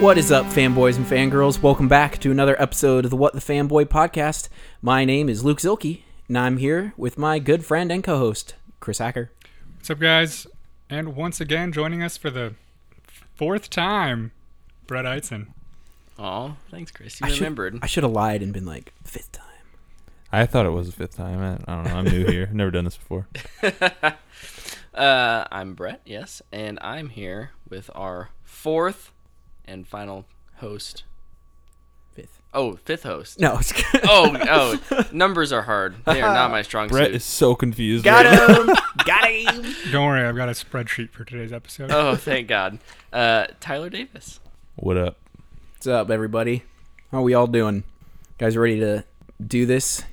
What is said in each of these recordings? What is up, fanboys and fangirls? Welcome back to another episode of the What the Fanboy podcast. My name is Luke Zilke, and I'm here with my good friend and co host, Chris Hacker. What's up, guys? And once again, joining us for the fourth time, Brett Eitzen. Oh, thanks, Chris. You I should- remembered. I should have lied and been like, fifth time. I thought it was the fifth time. I, I don't know. I'm new here. Never done this before. uh, I'm Brett, yes, and I'm here with our fourth and final host. Fifth. Oh, fifth host. No. it's- Oh, oh, numbers are hard. They are not my strong Brett suit. is so confused. Got right him! Got him! Don't worry, I've got a spreadsheet for today's episode. Oh, thank God. Uh, Tyler Davis. What up? What's up, everybody? How are we all doing? Guys, ready to do this?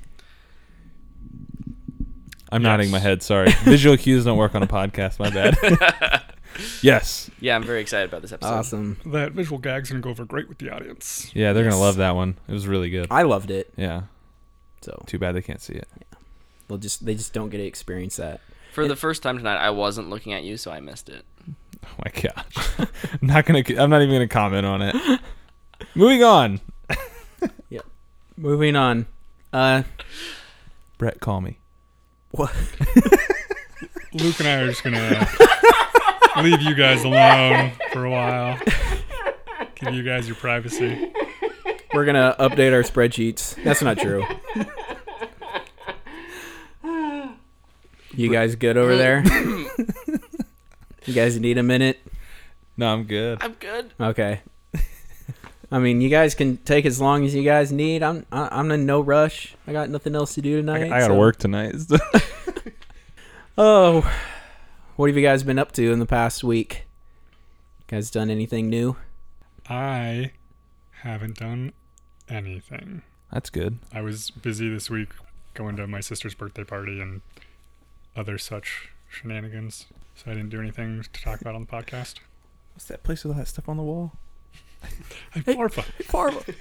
I'm nodding my head. Sorry. Visual cues don't work on a podcast. My bad. yes. Yeah, I'm very excited about this episode. Awesome. That visual gag's gonna go over great with the audience. Yeah, they're Yes. gonna love that one. It was really good. I loved it, Yeah. so Too bad they can't see it. they'll just they just don't get to experience that. For the first time tonight, I wasn't looking at you, so I missed it. Oh my gosh. I'm not gonna. I'm not even gonna comment on it. Moving on. Moving on. Uh, Brett, call me. Luke and I are just gonna leave you guys alone for a while. Give you guys your privacy. we're gonna update our spreadsheets. That's not true. You guys good over there? you guys need a minute? No, I'm good. I'm good. Okay. I mean, you guys can take as long as you guys need. I'm I- I'm in no rush. I got nothing else to do I, tonight. I gotta so- work tonight. Oh, what have you guys been up to in the past week? guys done anything new? I haven't done anything. That's good. I was busy this week going to my sister's birthday party and other such shenanigans, so I didn't do anything to talk about on the podcast. What's that place with all that stuff on the wall? Hey, Farfa.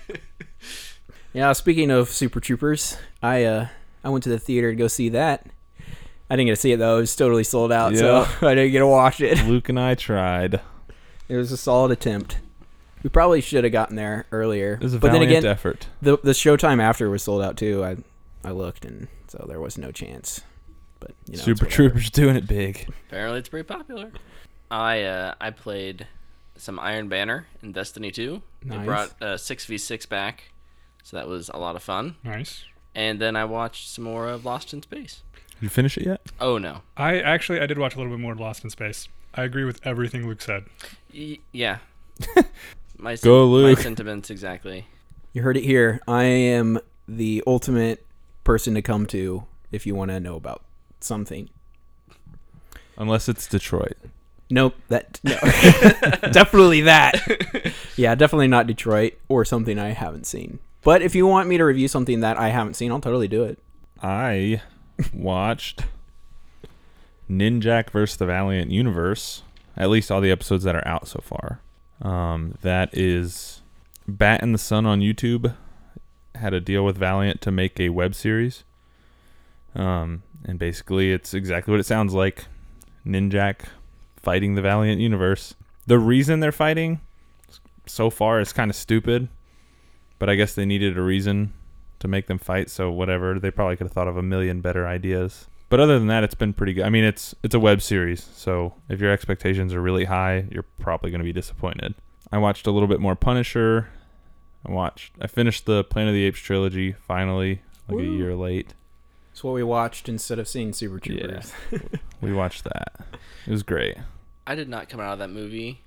Yeah, speaking of Super Troopers, I uh I went to the theater to go see that. I didn't get to see it though; it was totally sold out, so I didn't get to watch it. Luke and I tried. It It was a solid attempt. We probably should have gotten there earlier, was a but then valiant again, effort. the the showtime after was sold out too. I I looked, and so there was no chance. But you know, it's Super whatever. Troopers doing it big. Apparently, it's pretty popular. I uh, I played some Iron Banner in Destiny 2. They Nice. brought uh, 6v6 back, so that was a lot of fun. Nice. And then I watched some more of Lost in Space. Did you finish it yet? Oh no. I actually I did watch a little bit more of Lost in Space. I agree with everything Luke said. Y- yeah. my sen- Go, Luke. My sentiments exactly. You heard it here. I am the ultimate person to come to if you want to know about something. Unless it's Detroit. Nope, that no. definitely that. Yeah, definitely not Detroit or something I haven't seen. But if you want me to review something that I haven't seen, I'll totally do it. I watched Ninjak versus the Valiant Universe. At least all the episodes that are out so far. Um, that is Bat in the Sun on YouTube. Had a deal with Valiant to make a web series. Um, and basically, it's exactly what it sounds like Ninjak fighting the Valiant Universe. The reason they're fighting so far is kind of stupid, but I guess they needed a reason to make them fight. So whatever, they probably could have thought of a million better ideas. But other than that, it's been pretty good. I mean, it's it's a web series, so if your expectations are really high, you're probably going to be disappointed. I watched a little bit more Punisher. I watched. I finished the Planet of the Apes trilogy finally, like Woo. a year late. It's what we watched instead of seeing Super Troopers. We watched that. It was great. I did not come out of that movie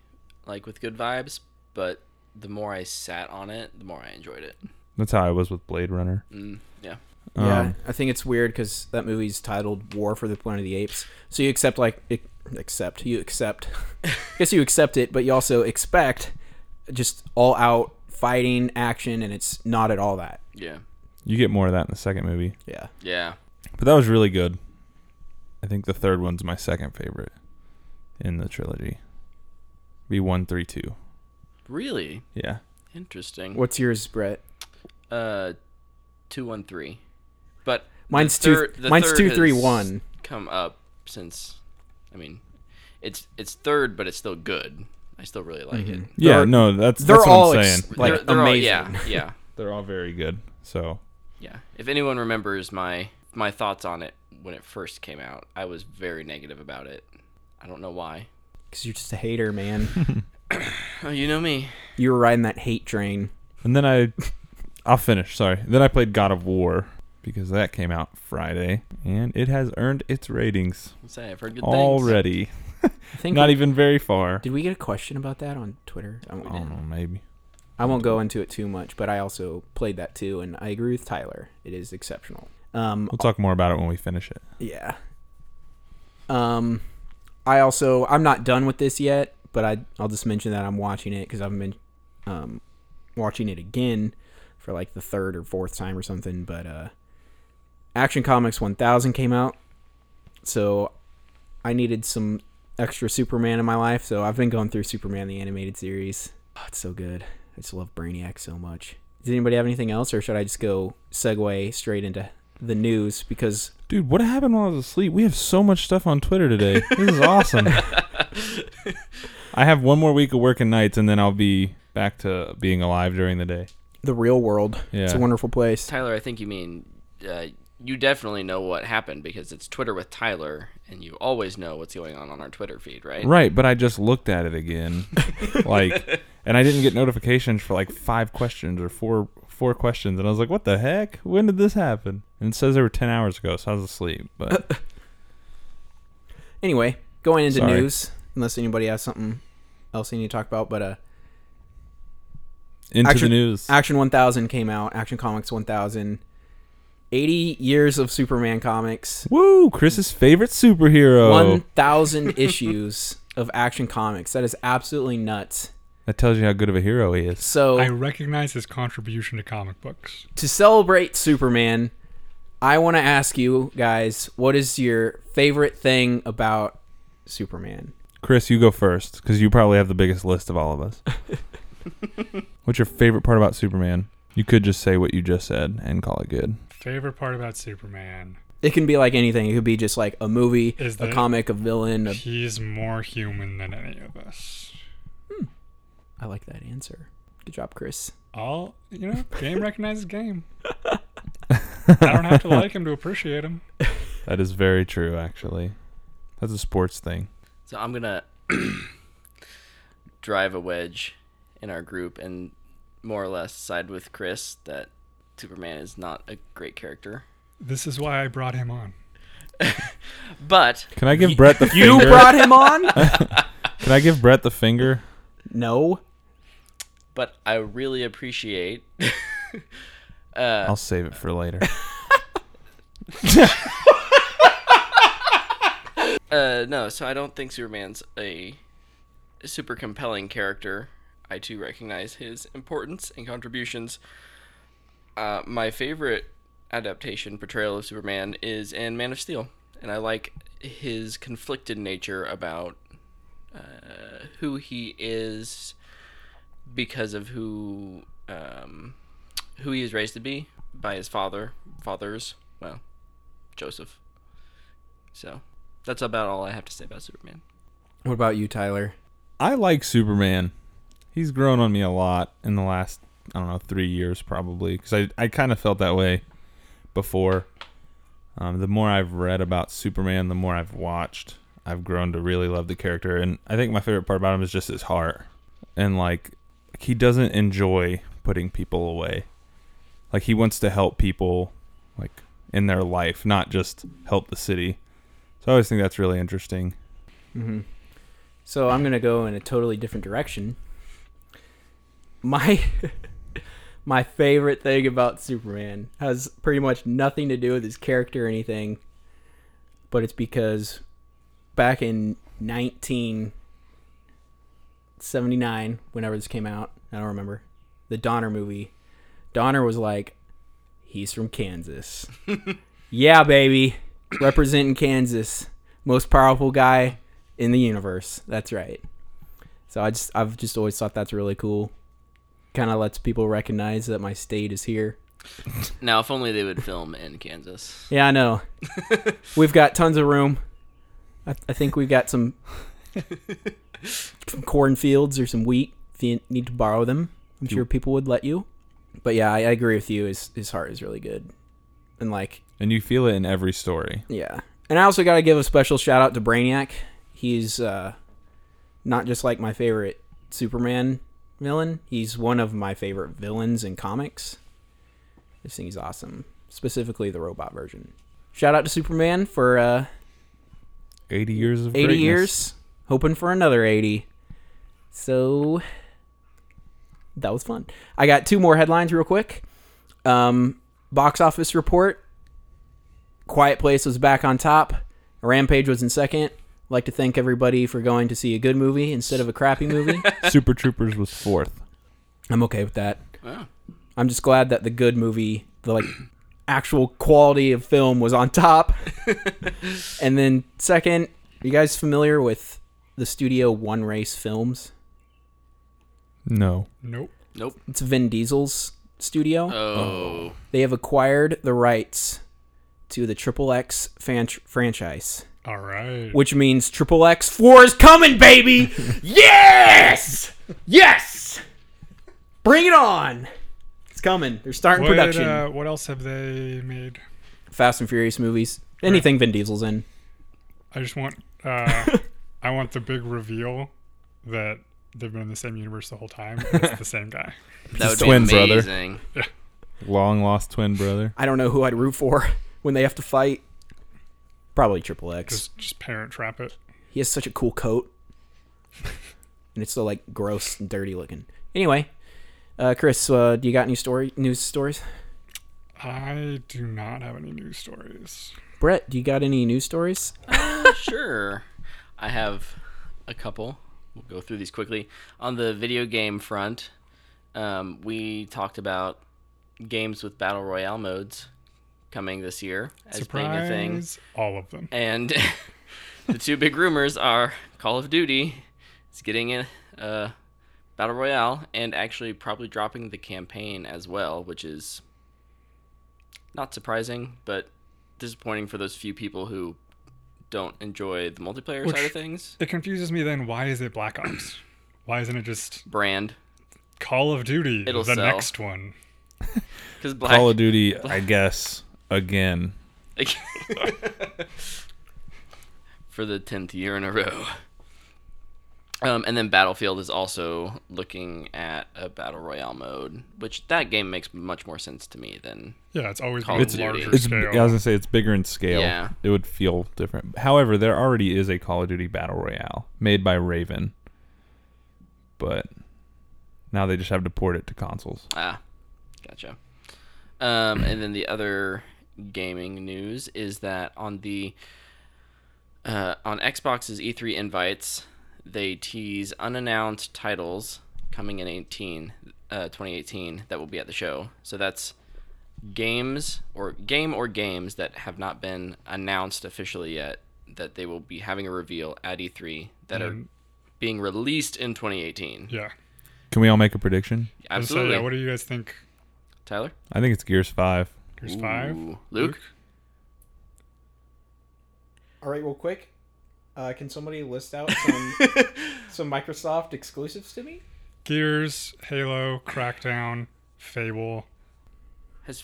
like with good vibes, but the more I sat on it, the more I enjoyed it. That's how I was with Blade Runner. Mm, yeah. Yeah, Um, I think it's weird because that movie's titled "War for the Planet of the Apes," so you accept like ac- accept you accept. I guess you accept it, but you also expect just all out fighting action, and it's not at all that. Yeah. You get more of that in the second movie. Yeah, Yeah. But that was really good. I think the third one's my second favorite in the trilogy. Be one three two. Really Yeah. interesting. what's yours, Brett? Uh, two one three. But Mine's the two. third- the mine's third two three one. has Come up since, I mean, it's it's third, but it's still good. I I still really like Mm-hmm. it. Yeah, They're- no, that's they're that's what all I'm ex- saying. Like, They're- they're all- amazing. yeah, yeah, They're all very good. So yeah. If anyone remembers my my thoughts on it when it first came out, I was very negative about it. I don't know why. because you're just a hater, man. Oh, you know me. you were riding that hate train. and then I I'll finish, sorry. Then I played God of War because that came out Friday and it has earned its ratings I'll say I've heard good things. already. I think Not we- even very far. Did we get a question about that on Twitter? I I won't, don't know, maybe. I won't go into it too much, but I also played that too, and I agree with Tyler. It is exceptional. Um, We'll talk more about it when we finish it. yeah. Um, I also I'm not done with this yet, but I I'll just mention that I'm watching it because I've been um watching it again for like the third or fourth time or something. But uh, Action Comics 1000 came out, so I needed some extra Superman in my life. So I've been going through Superman the animated series. Oh, it's so good. I just love Brainiac so much. Does anybody have anything else, or should I just go segue straight into the news because Dude, what happened while I was asleep? We have so much stuff on Twitter today. This is awesome. I have one more week of working nights and then I'll be back to being alive during the day. the real world. It's a Yeah. wonderful place. Tyler, I think you mean uh, you definitely know what happened because it's Twitter with Tyler, and you always know what's going on on our Twitter feed, right? Right, but I just looked at it again, like, and I didn't get notifications for like five questions or four four questions, and I was like, "What the heck? When did this happen?" And it says they were ten hours ago, so I was asleep. But Anyway, going into Sorry. news, unless anybody has something else they need to talk about, but uh, into Action- the news, Action 1000 came out, Action Comics 1000. 80 years of Superman comics, woo! Chris's favorite superhero. 1,000 issues of Action Comics. That is absolutely nuts. That tells you how good of a hero he is. So, I recognize his contribution to comic books. to celebrate Superman, I want to ask you guys what is your favorite thing about Superman? Chris, you go first because you probably have the biggest list of all of us. What's your favorite part about Superman? You could just say what you just said and call it good. Favorite part about Superman? It can be like anything. It could be just like a movie, Is a the- comic, a villain. A... He's more human than any of us. I like that answer. Good job, Chris. All you know, game recognizes game. I don't have to like him to appreciate him. That is very true, actually. That's a sports thing. So I'm gonna drive a wedge in our group and more or less side with Chris that Superman is not a great character. This is why I brought him on. But Can I give Brett the You finger? brought him on? Can I give Brett the finger? no. but I really appreciate Uh, I'll save it for later. uh no, so I don't think Superman's a super compelling character. I too recognize his importance and contributions. Uh, my favorite adaptation portrayal of Superman is in Man of Steel, and I like his conflicted nature about uh, who he is because of who um, who he is raised to be by his father, fathers, well, Joseph. So that's about all I have to say about Superman. What about you, Tyler? I like Superman. He's grown on me a lot in the last, I don't know, three years probably. Because I, I kind of felt that way before. Um, the more I've read about Superman, the more I've watched, I've grown to really love the character. And I think my favorite part about him is just his heart. And, like, he doesn't enjoy putting people away. Like, he wants to help people, like, in their life, not just help the city. So I always think that's really interesting. Mm-hmm. So I'm gonna go in a totally different direction. My my favorite thing about Superman has pretty much nothing to do with his character or anything, but it's because back in 1979, whenever this came out, I don't remember, the Donner movie, Donner was like, "He's from Kansas, yeah, baby, representing Kansas, most powerful guy." in the universe. That's right. So I just I've just always thought that's really cool. Kind of lets people recognize that my state is here. Now, if only they would film in Kansas. Yeah, I know. we've got tons of room. I, I think we've got some, some cornfields or some wheat if you need to borrow them. I'm You- sure people would let you. But yeah, I, I agree with you. His his heart is really good, and like and you feel it in every story. yeah. And I also got to give a special shout out to Brainiac. He's uh, not just like my favorite Superman villain. He's one of my favorite villains in comics. I just think he's awesome, specifically the robot version. Shout out to Superman for uh, 80 years of 80 greatness. years, hoping for another 80. So that was fun. I got two more headlines real quick. Um, box office report Quiet Place was back on top, Rampage was in second. I'd like to thank everybody for going to see a good movie instead of a crappy movie. Super Troopers was fourth. I'm okay with that. Oh. I'm just glad that the good movie, the like actual quality of film was on top. and then second, are you guys familiar with the studio One Race Films? No. Nope. Nope. It's Vin Diesel's studio. Oh. They have acquired the rights to the Triple X fan- franchise, All right. which means Triple X 4 is coming, baby! yes! Yes! Bring it on! It's coming. They're starting what, production. Uh, what else have they made? Fast and Furious movies. Anything Vin Diesel's in. I just want uh, I want the big reveal that they've been in the same universe the whole time. and It's the same guy. That would twin be brother. amazing. Long lost twin brother. I don't know who I'd root for when they have to fight. Probably Triple X. Just just parent trap it. He has such a cool coat, and it's so like gross and dirty looking. Anyway, uh, Chris, uh, do you got any story news stories? I do not have any news stories. Brett, do you got any news stories? sure. I have a couple. We'll go through these quickly. On the video game front, um, we talked about games with battle royale modes coming this year as being a thing. Surprise! All of them. And the two big rumors are Call of Duty is getting a, a battle royale and actually probably dropping the campaign as well, which is not surprising, but disappointing for those few people who don't enjoy the multiplayer Which- side of things. It confuses me. Then why is it Black Ops? Why isn't it just Brand, Call of Duty? It'll the sell. next one. because black. Call of Duty, I guess, again. for the tenth year in a row. Um, and then Battlefield is also looking at a battle royale mode, which that game makes much more sense to me than Yeah, it's always Call been of a Duty. larger It's, I scale. was gonna say it's bigger in scale. Yeah. It would feel different. However, there already is a Call of Duty Battle Royale made by Raven, but now they just have to port it to consoles. Ah, gotcha. Um, and then the other gaming news is that on the uh, on Xbox's E3 invites, they tease unannounced titles coming in 18, uh, 2018 that will be at the show. So that's games or game or games that have not been announced officially yet that they will be having a reveal at E3 that are Mm. being released in 2018. yeah. Can we all make a prediction? And So, Absolutely. yeah. What do you guys think? Tyler? I think it's Gears Five. Here's five. Ooh. Luke? All right, real quick. Uh, can somebody list out some some Microsoft exclusives to me? Gears, Halo, Crackdown, Fable. Has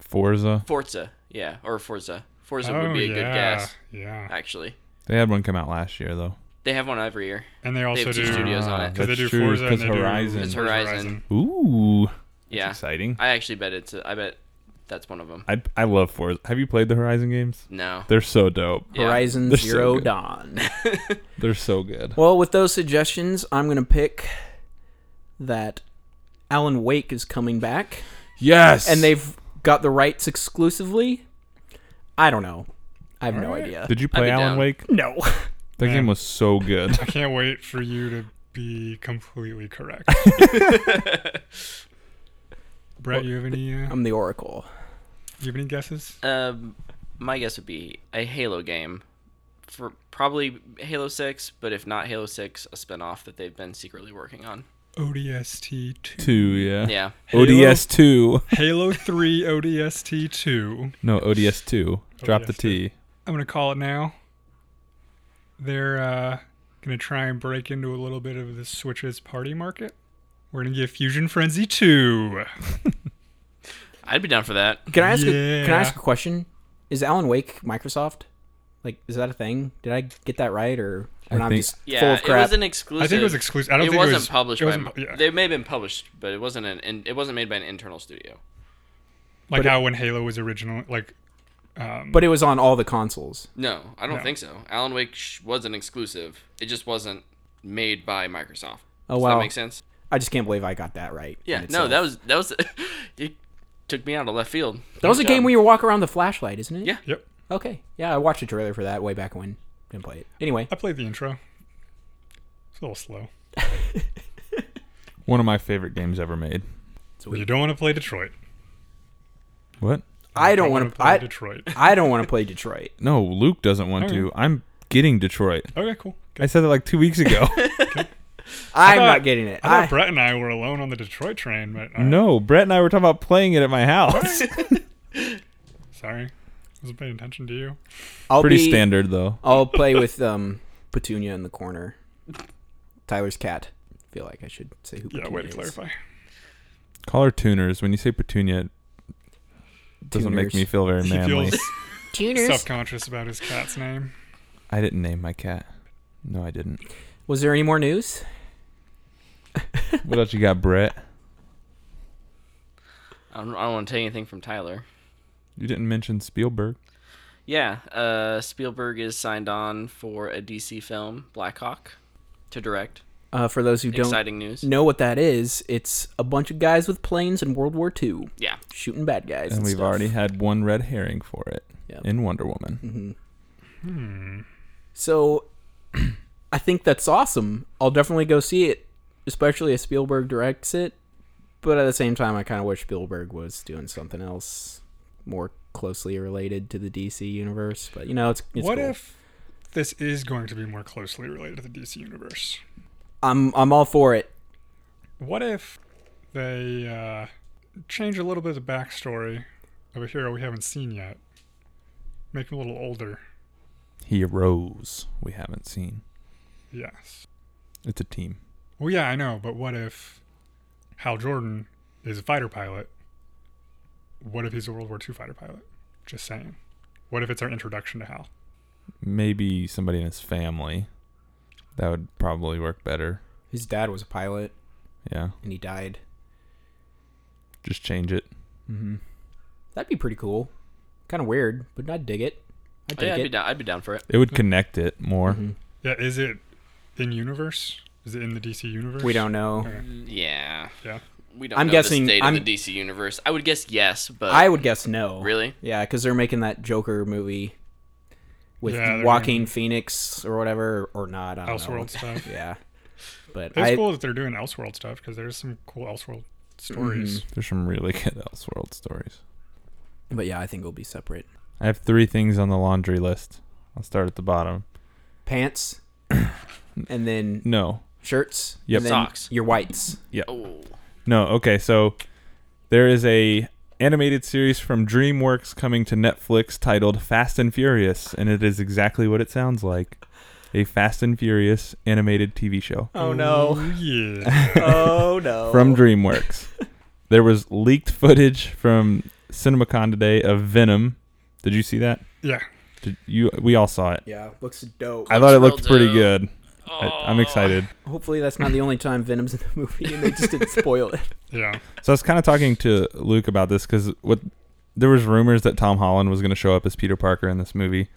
Forza. Forza, yeah, or Forza. Forza Oh, would be a good guess, Yeah. actually. They had one come out last year though. They have one every year. And they also have two do studios on it. Because they That's do true, Forza and 'cause they do Horizon. It's Forza Horizon. Ooh. Yeah, Exciting. I actually bet it's. A, I bet that's one of them. I I love Forza. Have you played the Horizon games? No, They're so dope. Yeah. Horizon They're so Zero good. Dawn. They're so good. Well, with those suggestions, I'm gonna pick that Alan Wake is coming back, Yes. and they've got the rights exclusively. I don't know. I have no idea. Did you play be Alan down. Wake? No. That Yeah. game was so good. I can't wait for you to be completely correct. Brett, you have any uh, um, I'm the Oracle. you have any guesses? um, my guess would be a Halo game, for probably Halo Six, but if not Halo Six, a spinoff that they've been secretly working on. ODST two. Two, yeah. Yeah, ODS two. Halo three ODST two. No, ODS two. Drop the ODS2. T. I'm gonna call it now. They're uh Gonna try and break into a little bit of the Switch's party market. We're gonna get Fusion Frenzy 2. I'd be down for that. Can I ask? A, can I Yeah. ask a question? Is Alan Wake Microsoft? Like, is that a thing? Did I get that right, or and I'm think- just full Yeah, of it crap? was an exclusive. I think it was exclusive. I don't it think wasn't it was published it wasn't- by. yeah. They may have been published, but it wasn't an. in- It wasn't made by an internal studio. like but it- how when Halo was original, like um, but it was on all the consoles. No, I don't No. think so. Alan Wake sh- was an exclusive. It just wasn't made by Microsoft. Oh, Does wow. that make sense? I just can't believe I got that right. Yeah. in No, itself. that was that was. it took me out of left field. that was a Good game job. where you walk around the flashlight, isn't it? Yeah. yep. Okay. Yeah, I watched a trailer for that way back when. Didn't play it anyway. I played the intro. It's a little slow. One of my favorite games ever made. We- You don't want to play Detroit. What? I don't wanna want to. play I Detroit. I don't want to play Detroit. No, Luke doesn't want to. I'm getting Detroit. Okay, cool. Good. I said that like two weeks ago. I'm thought- not getting it. I thought I- Brett and I were alone on the Detroit train, but uh, all right. no, Brett and I were talking about playing it at my house. Sorry, wasn't paying attention to you. I'll Pretty be- standard though. I'll play with um Petunia in the corner. Tyler's cat. I feel like I should say who. Yeah, Petunia way to is. clarify. Call her tuners. When you say petunia, it doesn't make Tuners. me feel very He manly. feels Tuners. self-conscious about his cat's name. I didn't name my cat. No, I didn't. Was there any more news? What else you got, Brett? I don't, I don't want to take anything from Tyler. You didn't mention Spielberg. Yeah, uh, Spielberg is signed on for a DC film, Black Hawk, to direct. Uh, for those who don't Exciting news. know what that is, it's a bunch of guys with planes in World War II Yeah. shooting bad guys. And And, we've stuff. already had one red herring for it Yep. in Wonder Woman. Mm-hmm. So I think that's awesome. I'll definitely go see it, especially if Spielberg directs it. But at the same time, I kind of wish Spielberg was doing something else more closely related to the DC universe. But you know, it's, it's what cool. if this is going to be more closely related to the DC universe? I'm I'm all for it. What if they uh, change a little bit of the backstory of a hero we haven't seen yet? Make him a little older. He arose. We haven't seen. Yes. It's a team. Well, yeah, I know, but what if Hal Jordan is a fighter pilot? What if he's a World War II fighter pilot? Just saying. What if it's our introduction to Hal? Maybe somebody in his family. That would probably work better. His dad was a pilot Yeah. and he died. Just change it. That'd be pretty cool. Kind of weird, but I'd dig it. I'd Oh, dig yeah, I'd be it. Mhm. down. I'd be down for it. It Mm-hmm. would connect it more. Yeah, is it in universe? Is it in the DC universe? We don't know. Okay. Yeah. Yeah. We don't I'm know guessing- the state I'm- of the DC universe. I would guess yes, but I would guess no. really, Yeah, because they're making that Joker movie with Yeah, they're Joaquin Phoenix or whatever, or not. I don't know. Elseworld stuff. Yeah, but It's I cool that they're doing Elseworld stuff because there's some cool Elseworld stories. Mm-hmm. There's some really good Elseworld stories. but yeah, I think it'll be separate. I have three things on the laundry list. I'll start at the bottom. Pants, and then No. shirts. Yep. and then Socks. Your whites. oh, No, okay, so there is a animated series from DreamWorks coming to Netflix titled Fast and Furious, and it is exactly what it sounds like. A Fast and Furious animated TV show Oh Oh, yeah. oh no. from DreamWorks. there was leaked footage from CinemaCon today of Venom. Did you see that? yeah. Did you we all saw it. yeah, looks dope. I thought it looked Looks pretty real good. I, I'm excited. Hopefully, that's not the only time Venom's in the movie, and they just didn't spoil it. Yeah. So I was kind of talking to Luke about this because what there was rumors that Tom Holland was going to show up as Peter Parker in this movie,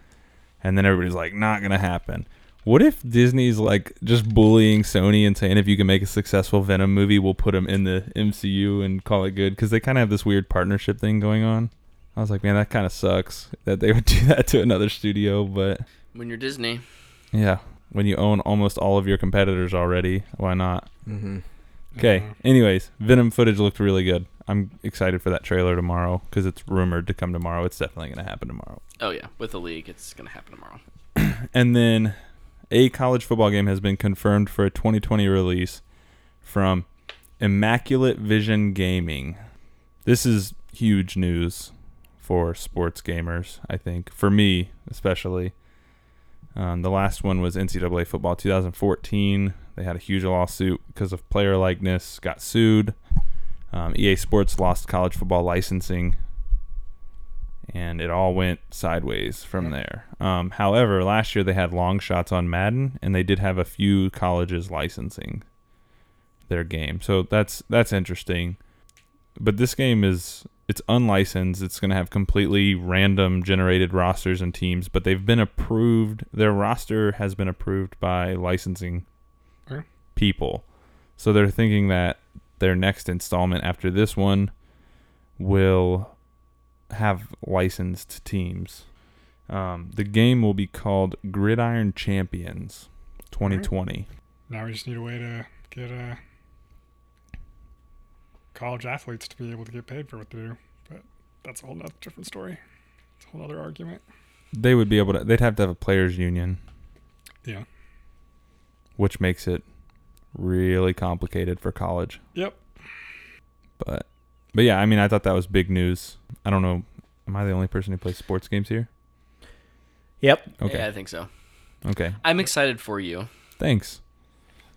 and then everybody's like, not going to happen. What if Disney's like just bullying Sony and saying if you can make a successful Venom movie, we'll put him in the MCU and call it good? Because they kind of have this weird partnership thing going on. I was like, man, that kind of sucks that they would do that to another studio, but when you're Disney, yeah, when you own almost all of your competitors already, why not? Mm-hmm. Okay. Uh, Anyways, Venom footage looked really good. I'm excited for that trailer tomorrow because it's rumored to come tomorrow. It's definitely going to happen tomorrow. oh yeah, with the league, it's gonna happen tomorrow. And then a college football game has been confirmed for a 2020 release from Immaculate Vision Gaming. This is huge news for sports gamers, I think. For me, especially. Um, the last one was NCAA football 2014. They had a huge lawsuit because of player likeness, got sued. Um, EA Sports lost college football licensing, and it all went sideways from there. Um, however, last year they had long shots on Madden, and they did have a few colleges licensing their game. So that's that's interesting. But this game is it's unlicensed. It's going to have completely random generated rosters and teams, but they've been approved. Their roster has been approved by licensing Okay. people. So they're thinking that their next installment after this one will have licensed teams. Um, the game will be called Gridiron Champions 2020. Now we just need a way to get uh, college athletes to be able to get paid for what they do. But that's a whole nother different story. It's a whole other argument. They would be able to. They'd have to have a players' union. Yeah. Which makes it really complicated for college. Yep. But, but yeah, I mean, I thought that was big news. I don't know. Am I the only person who plays sports games here? Yep. Okay. Yeah, I think so. Okay. I'm excited for you. Thanks.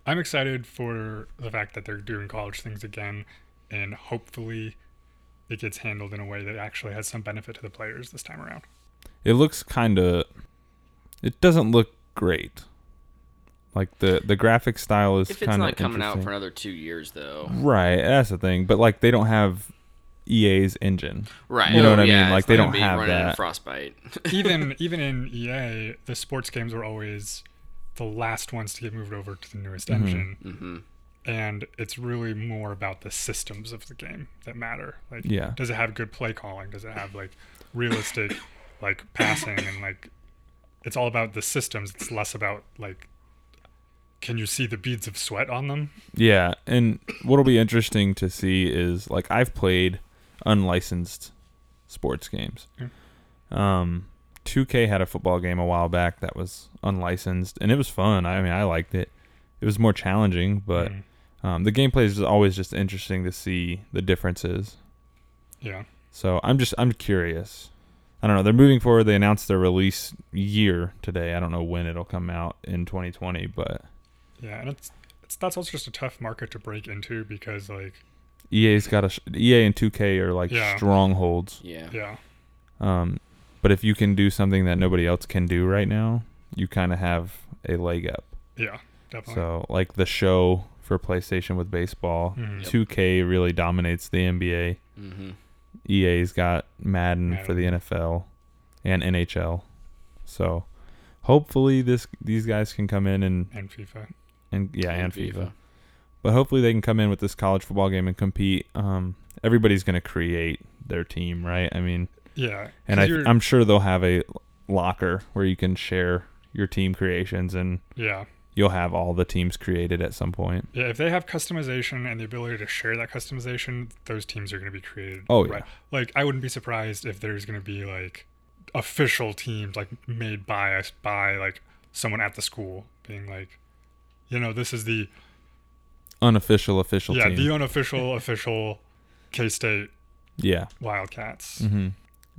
I'm excited for the fact that they're doing college things again, and hopefully it gets handled in a way that actually has some benefit to the players this time around. It looks kind of. It doesn't look great. Like the the graphic style is If it's kind not of coming out for another two years, though, Right, that's the thing. But like they don't have EA's engine. right? You know oh, what I mean? yeah, Like, it's they not don't gonna be have running in that. frostbite. Even even in EA, the sports games were always the last ones to get moved over to the newest Mm-hmm. engine. hmm and it's really more about the systems of the game that matter. Like, Yeah. does it have good play calling? Does it have like realistic, like passing and like? It's all about the systems. It's less about like, can you see the beads of sweat on them? Yeah, and what'll be interesting to see is like I've played unlicensed sports games. Mm. Um, 2K had a football game a while back that was unlicensed, and it was fun. I mean, I liked it. It was more challenging, but Mm. um, the gameplay is always just interesting to see the differences. yeah, So I'm just I'm curious. I don't know. They're moving forward. They announced their release year today. I don't know when it'll come out in 2020, but yeah, and it's it's that's also just a tough market to break into because like, EA's E got a sh- EA and 2K are like Yeah. strongholds. Yeah. yeah, Um, but if you can do something that nobody else can do right now, you kind of have a leg up. yeah, definitely. So like the show for PlayStation with baseball, Mhm. 2K really dominates the NBA. Mm-hmm. EA's E got Madden, for the NFL and NHL. So hopefully this these guys can come in and And FIFA, and yeah and, FIFA. But hopefully they can come in with this college football game and compete. Um, everybody's going to create their team, right? I mean, yeah, and 'cause I, you're- I'm sure they'll have a locker where you can share your team creations, and yeah, you'll have all the teams created at some point. Yeah, if they have customization and the ability to share that customization, those teams are going to be created. Oh, yeah. Like I wouldn't be surprised if there's going to be like official teams like made by us by like someone at the school being like, you know, this is the Unofficial, official yeah team. the unofficial official K State yeah, Wildcats. hmm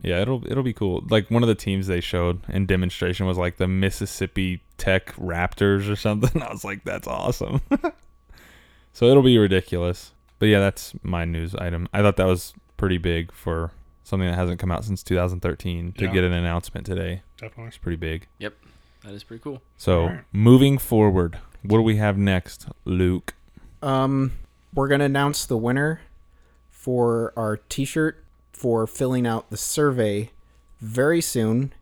yeah. It'll it'll be cool. Like one of the teams they showed in demonstration was like the Mississippi Tech Raptors or something. I was like, that's awesome. so it'll be ridiculous. But yeah, that's my news item. I thought that was pretty big for something that hasn't come out since 2013 to Yeah. get an announcement today. Definitely. It's pretty big. That is pretty cool. So Alright. moving forward, what do we have next, Luke? Um, we're gonna announce the winner for our T-shirt for filling out the survey very soon.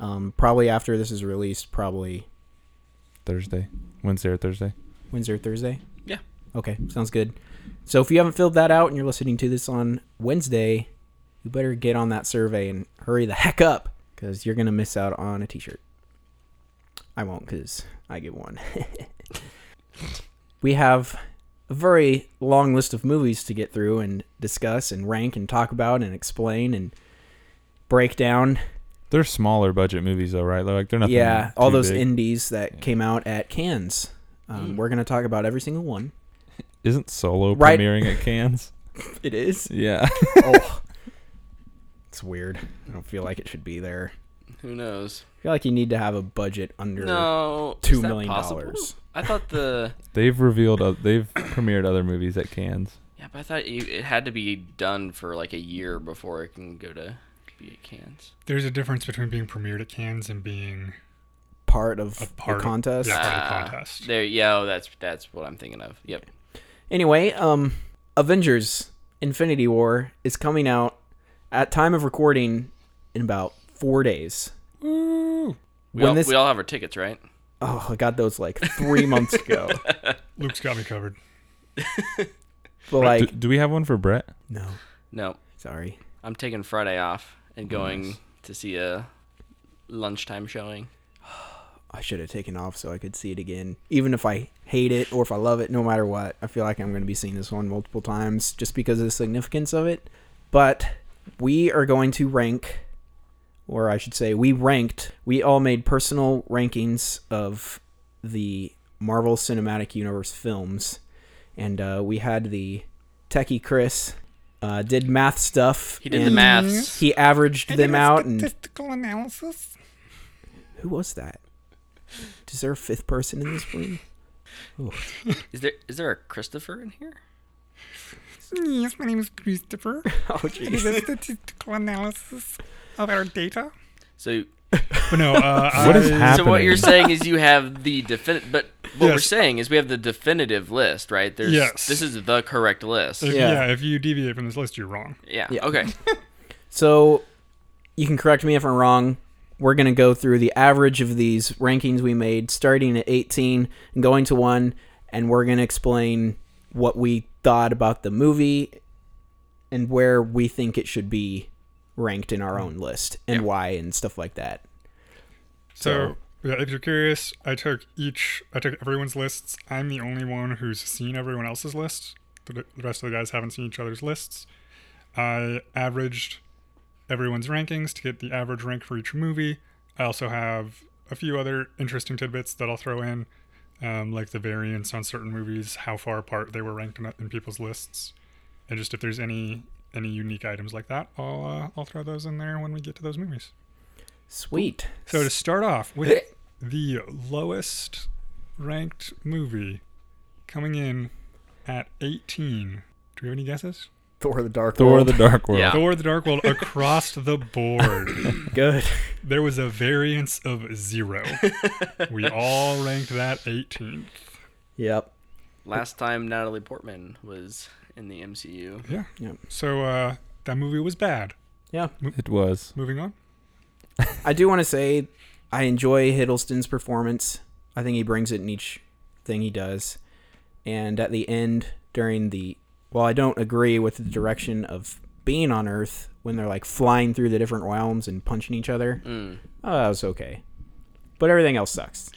Um, probably after this is released, probably Thursday, Wednesday or Thursday? Wednesday or Thursday. Yeah. Okay, sounds good. So if you haven't filled that out and you're listening to this on Wednesday, you better get on that survey and hurry the heck up because you're gonna miss out on a T-shirt. I won't because I get one. we have a very long list of movies to get through and discuss and rank and talk about and explain and break down. They're smaller budget movies though, right? They're like they're nothing. yeah, too all those big. indies that came out at Cannes. Um, We're gonna talk about every single one. isn't Solo Right. premiering at Cannes? It is. yeah, oh, it's weird. I don't feel like it should be there. Who knows? I feel like you need to have a budget under No, two is that million possible? dollars. I thought the They've revealed, uh, they've premiered other movies at Cannes. yeah, but I thought you, it had to be done for like a year before it can go to be at Cannes. There's a difference between being premiered at Cannes and being part of a part the of- contest. yeah, part of the Ah, contest. There, yeah, oh, that's that's what I'm thinking of. Yep. Anyway, um, Avengers: Infinity War is coming out at time of recording in about four days. We When all, this- we all have our tickets, right? Oh, I got those like three months ago. Luke's got me covered. But Do, like, do we have one for Brett? no, No, sorry. I'm taking Friday off and going to see a lunchtime showing. I should have taken off so I could see it again. Even if I hate it or if I love it, no matter what, I feel like I'm going to be seeing this one multiple times just because of the significance of it. But we are going to rank, or I should say, we ranked, we all made personal rankings of the Marvel Cinematic Universe films. And uh, we had the techie Chris uh, did math stuff. He did the and maths. He averaged them out and Statistical analysis. who was that? Is there a fifth person in this room? Is there is there a Christopher in here? Yes, my name is Christopher. Oh jeez. statistical analysis of our data. So, But no, uh, What is I- happening? so what you're saying is you have the definitive, but what we're Yes. saying is we have the definitive list, right? There's, Yes. This is the correct list. If, Yeah. yeah. if you deviate from this list, you're wrong. Yeah. Yeah. Okay. So you can correct me if I'm wrong. We're gonna go through the average of these rankings we made, starting at 18 and going to one, and we're gonna explain what we thought about the movie and where we think it should be ranked in our own list and why and stuff like that. So, yeah, if you're curious, I took each, I took everyone's lists. I'm the only one who's seen everyone else's list. The, the rest of the guys haven't seen each other's lists. I averaged everyone's rankings to get the average rank for each movie. I also have a few other interesting tidbits that I'll throw in, um, like the variance on certain movies, how far apart they were ranked in, in people's lists, and just if there's any any unique items like that, I'll uh, I'll throw those in there when we get to those movies. Sweet. So to start off with the lowest ranked movie coming in at 18. Do we have any guesses? Thor the Dark Thor World. the Dark World. Yeah. Thor the Dark World across the board. Good. There was a variance of zero. We all ranked that 18th. Yep. Last time Natalie Portman was in the MCU. Yeah. Yep. So uh, that movie was bad. Yeah. It was. Moving on. I do want to say I enjoy Hiddleston's performance. I think he brings it in each thing he does. And at the end, during the well, I don't agree with the direction of being on Earth when they're like flying through the different realms and punching each other. Mm. Oh, that was okay. But everything else sucks.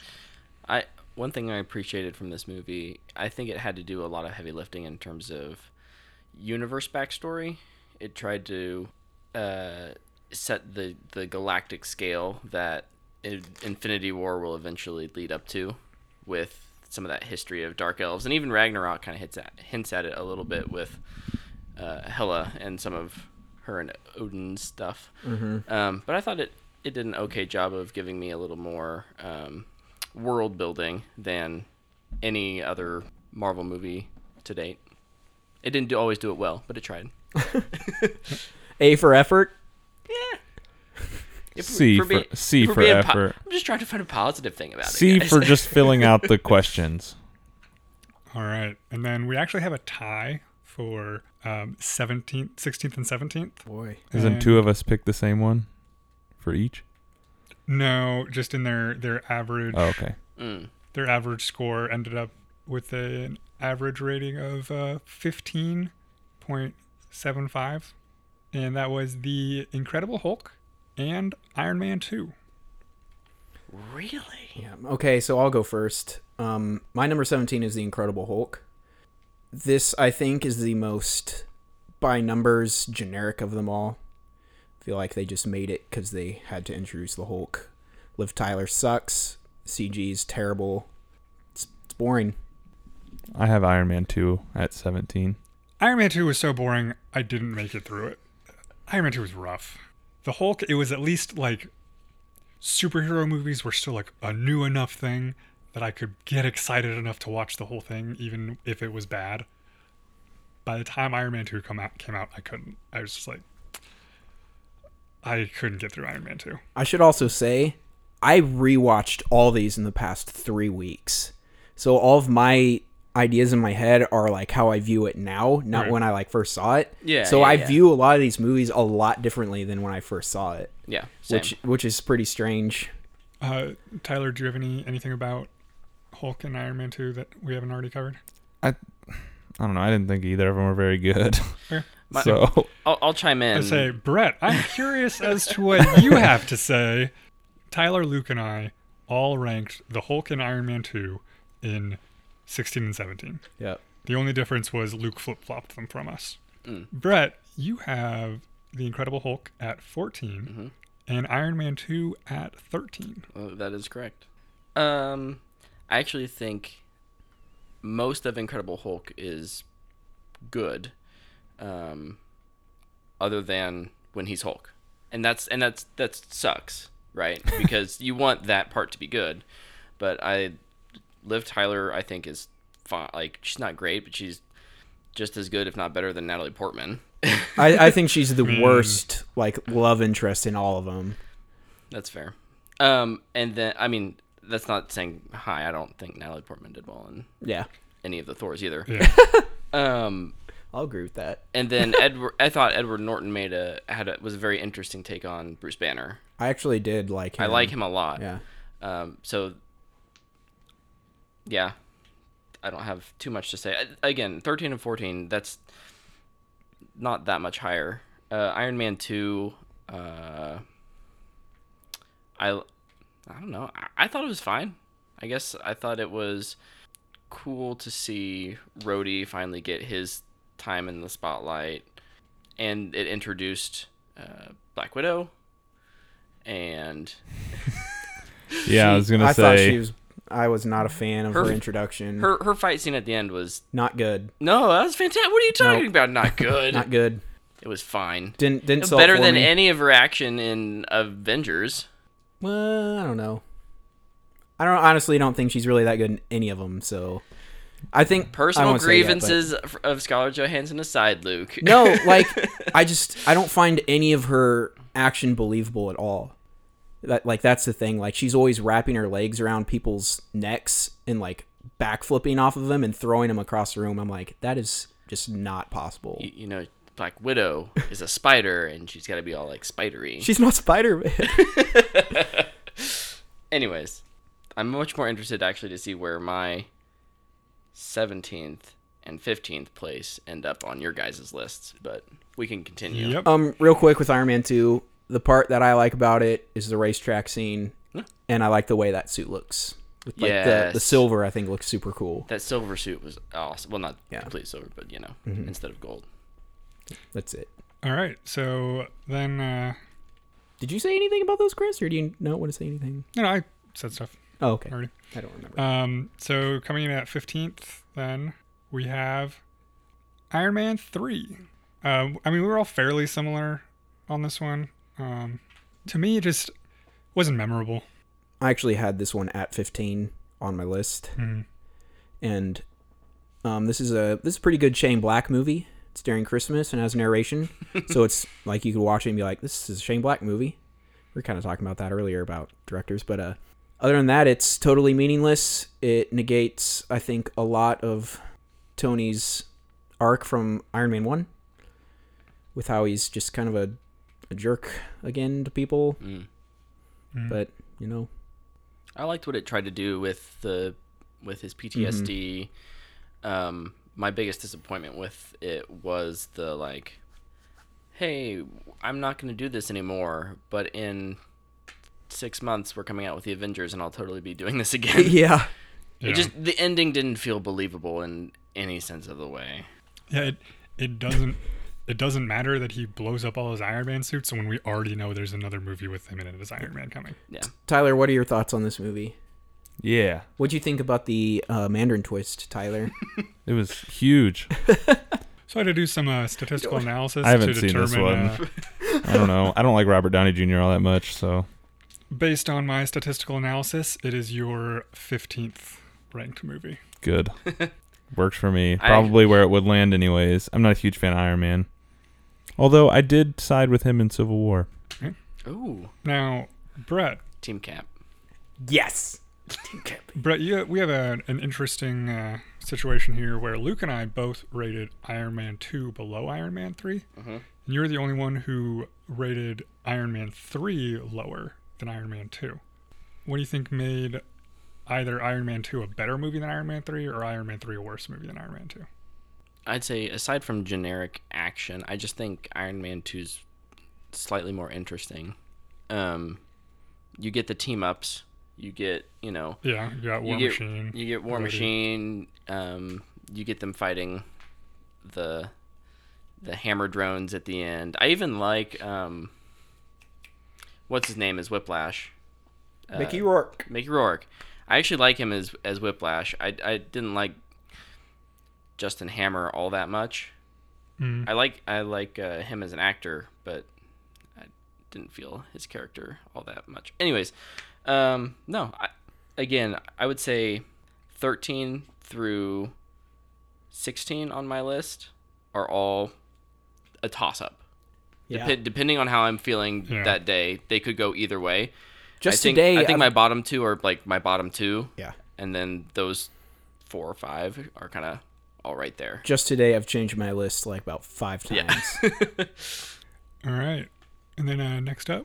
I one thing I appreciated from this movie, I think it had to do a lot of heavy lifting in terms of universe backstory. It tried to uh, set the the galactic scale that in- Infinity War will eventually lead up to, with some of that history of dark elves, and even Ragnarok kind of hits at, hints at it a little bit with uh, Hela and some of her and Odin's stuff. Mm-hmm. Um, but I thought it, it did an okay job of giving me a little more um, world building than any other Marvel movie to date. It didn't do, always do it well, but it tried. A for effort. If, C for- being- C if we're for being po- effort. I'm just trying to find a positive thing about it. C guys. for just filling out the questions. All right. And then we actually have a tie for um, 17th, 16th, and 17th. Boy. Isn't And- two of us pick the same one for each? No, just in their their average Oh, okay. Mm. their average score ended up with an average rating of uh, 15.75 and that was the incredible hulk and iron man 2 Really? Yeah. Okay, so I'll go first. Um, my number 17 is The Incredible Hulk. This, I think, is the most by numbers generic of them all. I feel like they just made it because they had to introduce the Hulk. Liv Tyler sucks. CG's terrible. It's, it's boring. I have Iron Man 2 at 17. iron man 2 was so boring i didn't make it through it iron man 2 was rough the hulk it was at least like superhero movies were still like a new enough thing that I could get excited enough to watch the whole thing, even if it was bad. By the time Iron Man two come out came out, I couldn't. I was just like, I couldn't get through Iron Man two. I should also say I rewatched all these in the past three weeks. So all of my ideas in my head are like how I view it now, not Right. when I like first saw it. Yeah, So yeah, I yeah. view a lot of these movies a lot differently than when I first saw it. Yeah, same. Which which is pretty strange. Uh, Tyler, do you have any anything about Hulk and Iron Man two that we haven't already covered? I don't know. I didn't think either of them were very good. Fair. My- so I'll, I'll chime in. I say, Brett, I'm curious as to what you have to say. Tyler, Luke, and I all ranked the Hulk and Iron Man 2 in 16 and 17. Yep. The only difference was Luke flip flopped them from us. Brett, you have The Incredible Hulk at 14 and Iron Man 2 at 13. Uh, that is correct. Um, I actually think most of Incredible Hulk is good, um, other than when he's Hulk, and that's and that's that sucks, right? Because you want that part to be good, but I, Liv Tyler, I think is fine. Like she's not great, but she's just as good, if not better, than Natalie Portman. I, I think she's the Hmm. worst like love interest in all of them. That's fair. Um, and then I mean, that's not saying hi. I don't think Natalie Portman did well in Yeah. any of the Thors either. Yeah. Um, I'll agree with that. and then Edward, I thought Edward Norton made a had a, was a very interesting take on Bruce Banner. I actually did like him. I like him a lot. Yeah. Um, so, yeah, I don't have too much to say. I, again, thirteen and fourteen. That's not that much higher. Uh, Iron Man two. Uh, I I don't know. I, I thought it was fine. I guess I thought it was cool to see Rhodey finally get his time in the spotlight, and it introduced uh, Black Widow. And yeah, I was gonna I thought she say was I was not a fan of her, Her- introduction. her her fight scene at the end was not good. No, that was fantastic. What are you talking about? Not good. Not good. It was fine. Didn't didn't sell it Better for than me. any of her action in Avengers. Well, Uh, I don't know. I don't honestly don't think she's really that good in any of them. So, I think I Personal won't say that, but- grievances of- of Scarlett Johansson aside, Luke. no, like I just I don't find any of her action believable at all. That like that's the thing. Like she's always wrapping her legs around people's necks and like backflipping off of them and throwing them across the room. I'm like that is just not possible. You, you know, Black Widow is a spider, and she's got to be all like spidery. She's not Spider Man. Anyways, I'm much more interested actually to see where my 17th and 15th place end up on your guys' lists, but we can continue. Yep. Um, real quick with Iron Man Two, the part that I like about it is the racetrack scene, and I like the way that suit looks. With, like the, the Yes. silver, I think looks super cool. That silver suit was awesome. Well, not Yeah. complete silver, but you know, instead of gold. That's it. All right. So then, uh, Did you say anything about those, Chris, or do you not want to say anything? you know, I said stuff Oh, okay. already. I don't remember. Um, so coming in at 15th, then we have Iron Man 3. Um, I mean, we were all fairly similar on this one. Um, to me, it just wasn't memorable. I actually had this one at 15 on my list, Hmm. and um, this is a this is a pretty good Shane Black movie. It's during Christmas and has narration, so it's like you could watch it and be like, "This is a Shane Black movie." We were kind of talking about that earlier about directors, but uh, other than that, it's totally meaningless. It negates, I think, a lot of Tony's arc from Iron Man One, with how he's just kind of a, a jerk again to people. Mm. But you know, I liked what it tried to do with the with his PTSD. Um, my biggest disappointment with it was the like, hey, I'm not going to do this anymore, but in six months we're coming out with the Avengers, and I'll totally be doing this again. yeah. Yeah, It just the ending didn't feel believable in any sense of the way. yeah it, it doesn't. It doesn't matter that he blows up all his Iron Man suits when we already know there's another movie with him in it as Iron Man coming. Yeah, Tyler, what are your thoughts on this movie? yeah, What'd you think about the uh, Mandarin twist, Tyler? it was huge. So I had to do some uh, statistical analysis I haven't to seen determine this one. uh, I don't know. I don't like Robert Downey Jr. all that much, so based on my statistical analysis, it is your 15th ranked movie. Good. Works for me. I- Probably where it would land, anyways. I'm not a huge fan of Iron Man. Although I did side with him in Civil War. Ooh, Now, Brett, Team Cap. Yes. Uh, Brett, you, we have a, an interesting uh, situation here where Luke and I both rated Iron Man 2 below Iron Man 3. Mm-hmm. And you're the only one who rated Iron Man 3 lower than Iron Man 2. What do you think made either Iron Man 2 a better movie than Iron Man 3 or Iron Man 3 a worse movie than Iron Man 2? I'd say aside from generic action, I just think Iron Man 2's slightly more interesting. Um, you get the team ups, you get you know Yeah, you got War you get Machine. you get War Ready. Machine, um, you get them fighting the the hammer drones at the end. I even like um, what's his name is Whiplash. Mickey Rourke. Mickey Rourke. I actually like him as as Whiplash. I, I didn't like Justin Hammer all that much. Mm. I like I like uh, him as an actor, but I didn't feel his character all that much. Anyways, um, no. I, again, I would say thirteen through sixteen on my list are all a toss up. Yeah. depending on how I'm feeling Yeah. that day, they could go either way. Just I think, today, I think I've- my bottom two are like my bottom two, yeah. and then those four or five are kind of all right there. Just today, I've changed my list like about five times. All right. And then uh, next up,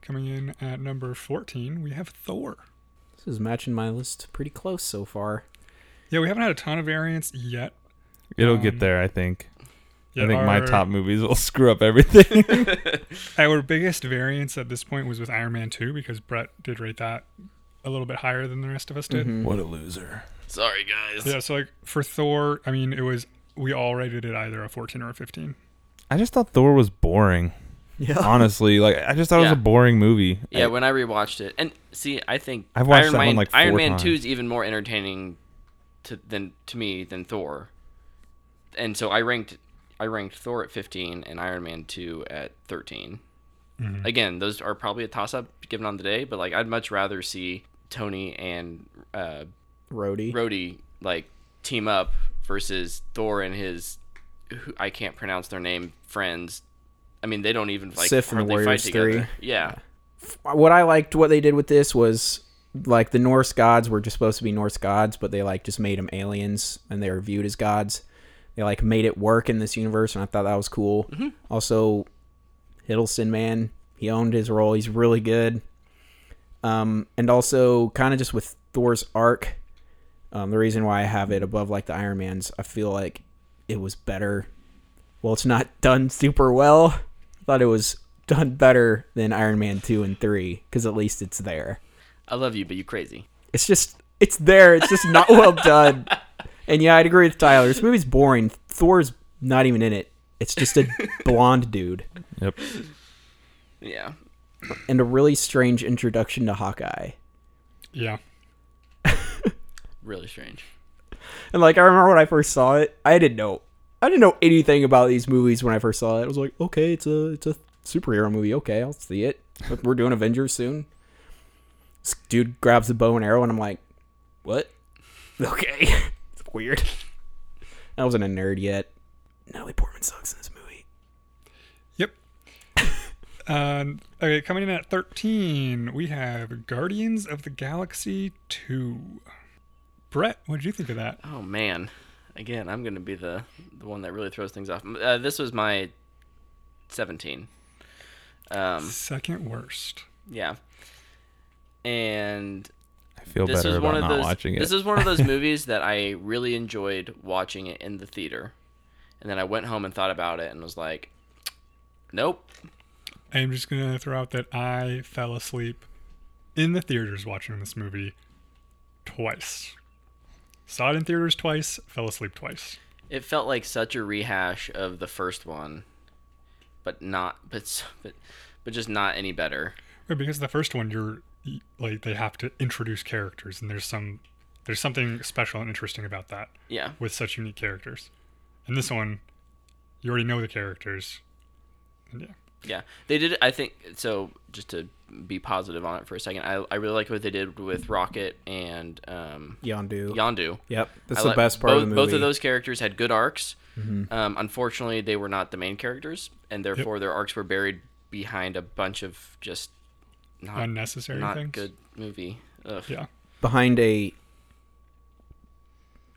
coming in at number 14, we have Thor. this is matching my list pretty close so far. Yeah, we haven't had a ton of variants yet. It'll Um, get there, I think. Yeah, I think my our- top movies will screw up everything. Our biggest variance at this point was with Iron Man 2 because Brett did rate that a little bit higher than the rest of us did. what a loser. Sorry, guys. Yeah, so like for Thor, I mean, it was we all rated it either a 14 or a 15. I just thought Thor was boring. Yeah. Honestly, like I just thought it was Yeah. a boring movie. Yeah, I- when I rewatched it, and see, I think I've watched Iron that one, Man, like, four Iron Man times. Two is even more entertaining to than to me than Thor, and so I ranked I ranked Thor at fifteen and Iron Man Two at 13 Mm-hmm. Again, those are probably a toss up given on the day, but like I'd much rather see Tony and uh, Rhodey. Rhodey like team up versus Thor and his who, I can't pronounce their name friends. I mean, they don't even like Sif and the hardly Warriors fight together. three. Yeah. what I liked what they did with this was like the Norse gods were just supposed to be Norse gods, but they like just made them aliens and they were viewed as gods. They like made it work in this universe, and I thought that was cool. Also, Hiddleston, man, he owned his role. He's really good. Um, and also, kind of just with Thor's arc, um, the reason why I have it above like the Iron Man's, I feel like it was better. Well, it's not done super well. I thought it was done better than Iron Man 2 and 3 because at least it's there. I love you, but you crazy. It's just, it's there. It's just not well done. And yeah, I'd agree with Tyler. This movie's boring. Thor's not even in it. It's just a blonde dude Yep. Yeah. and a really strange introduction to Hawkeye. Yeah. Really strange. And like I remember when I first saw it, I didn't know I didn't know anything about these movies when I first saw it. I was like, okay, it's a it's a superhero movie. Okay, I'll see it. But We're doing Avengers soon. This dude grabs a bow and arrow, and I'm like, what? Okay, it's weird. I wasn't a nerd yet. Natalie Portman sucks in this movie. Yep. um, okay, coming in at 13, we have Guardians of the Galaxy 2. Brett, what did you think of that? Oh man. Again, I'm gonna be the the one that really throws things off. M- Uh, this was my seventeen. Um. Second worst. Yeah. And I feel this better is about one of not those. watching it. This is one of those movies that I really enjoyed watching it in the theater, and then I went home and thought about it and was like, "Nope, I'm just gonna throw out that I fell asleep in the theaters watching this movie twice. Saw it in theaters twice, fell asleep twice. it felt like such a rehash of the first one, but not, but s- but, but just not any better." Right, because the first one, you're like they have to introduce characters, and there's some there's something special and interesting about that Yeah. with such unique characters. And this one, you already know the characters. And yeah, Yeah, they did. I think so. Just to be positive on it for a second. I, I really like what they did with Rocket and um, Yondu. Yondu. Yep, that's I the like- best part both, of the movie. Mm-hmm. Both of those characters had good arcs. Um, unfortunately, they were not the main characters, and therefore their arcs were buried behind a bunch of just not Unnecessary not things. good movie. Ugh. Yeah. behind a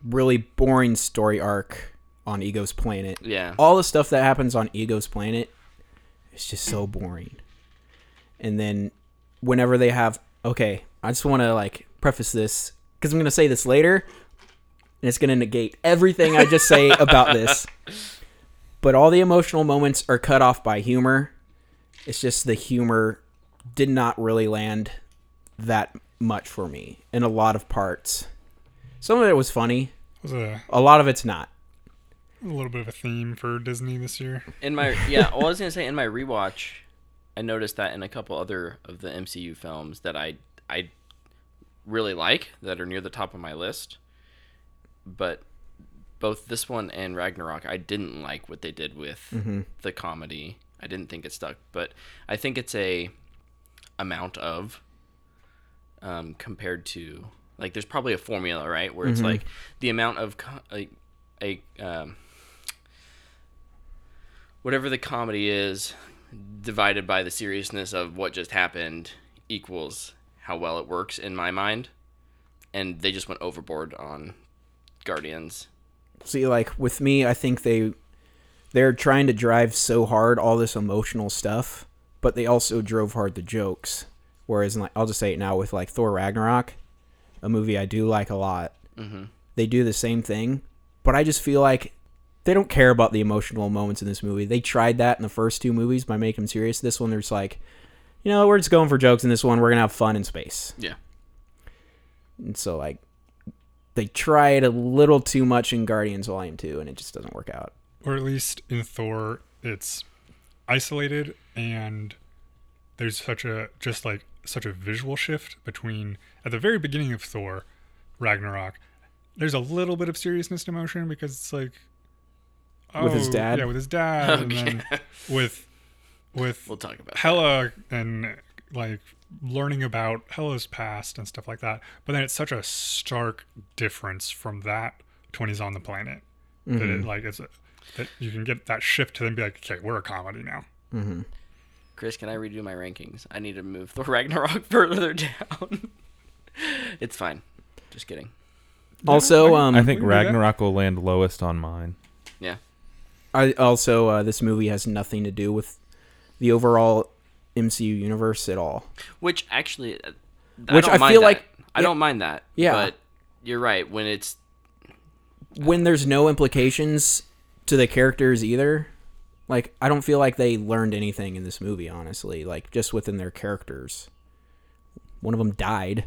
really boring story arc on Ego's planet. Yeah. All the stuff that happens on Ego's planet is just so boring. And then whenever they have okay, I just want to like preface this cuz I'm going to say this later and it's going to negate everything I just say about this. But all the emotional moments are cut off by humor. It's just the humor did not really land that much for me in a lot of parts. Some of it was funny, It was a, a lot of it's not. a little bit of a theme for Disney this year. In my yeah, well, I was gonna say in my rewatch, I noticed that in a couple other of the MCU films that I I really like that are near the top of my list, but both this one and Ragnarok, I didn't like what they did with the comedy. I didn't think it stuck, but I think it's a amount of um, compared to like there's probably a formula right where it's like the amount of co- like a um, whatever the comedy is divided by the seriousness of what just happened equals how well it works in my mind and they just went overboard on guardians See, like with me, I think they they're trying to drive so hard all this emotional stuff, but they also drove hard the jokes. Whereas, in, like, I'll just say it now with like Thor Ragnarok, a movie I do like a lot. They do the same thing, but I just feel like they don't care about the emotional moments in this movie. They tried that in the first two movies by making them serious. This one, they're just like, you know, we're just going for jokes in this one. We're gonna have fun in space. yeah And so like they try it a little too much in Guardians Volume 2 and it just doesn't work out. or at least in Thor, it's isolated and there's such a just like such a visual shift between at the very beginning of Thor, Ragnarok. There's a little bit of seriousness and emotion because it's like oh, With his dad? yeah, with his dad, and then with with we'll talk about Hella and like learning about Hella's past and stuff like that. But then it's such a stark difference from that to when he's on the planet. That it, like it's a, that you can get that shift to then be like, okay, we're a comedy now. chris can i redo my rankings i need to move thor ragnarok further down it's fine just kidding Also, um, I think we can do that. Ragnarok will land lowest on mine. yeah I also uh, this movie has nothing to do with the overall MCU universe at all. Which actually, uh, Which I, don't I mind feel that. like- I don't mind that. Yeah. but you're right. When it's When there's no implications to the characters either, like I don't feel like they learned anything in this movie. Honestly, like just within their characters, one of them died,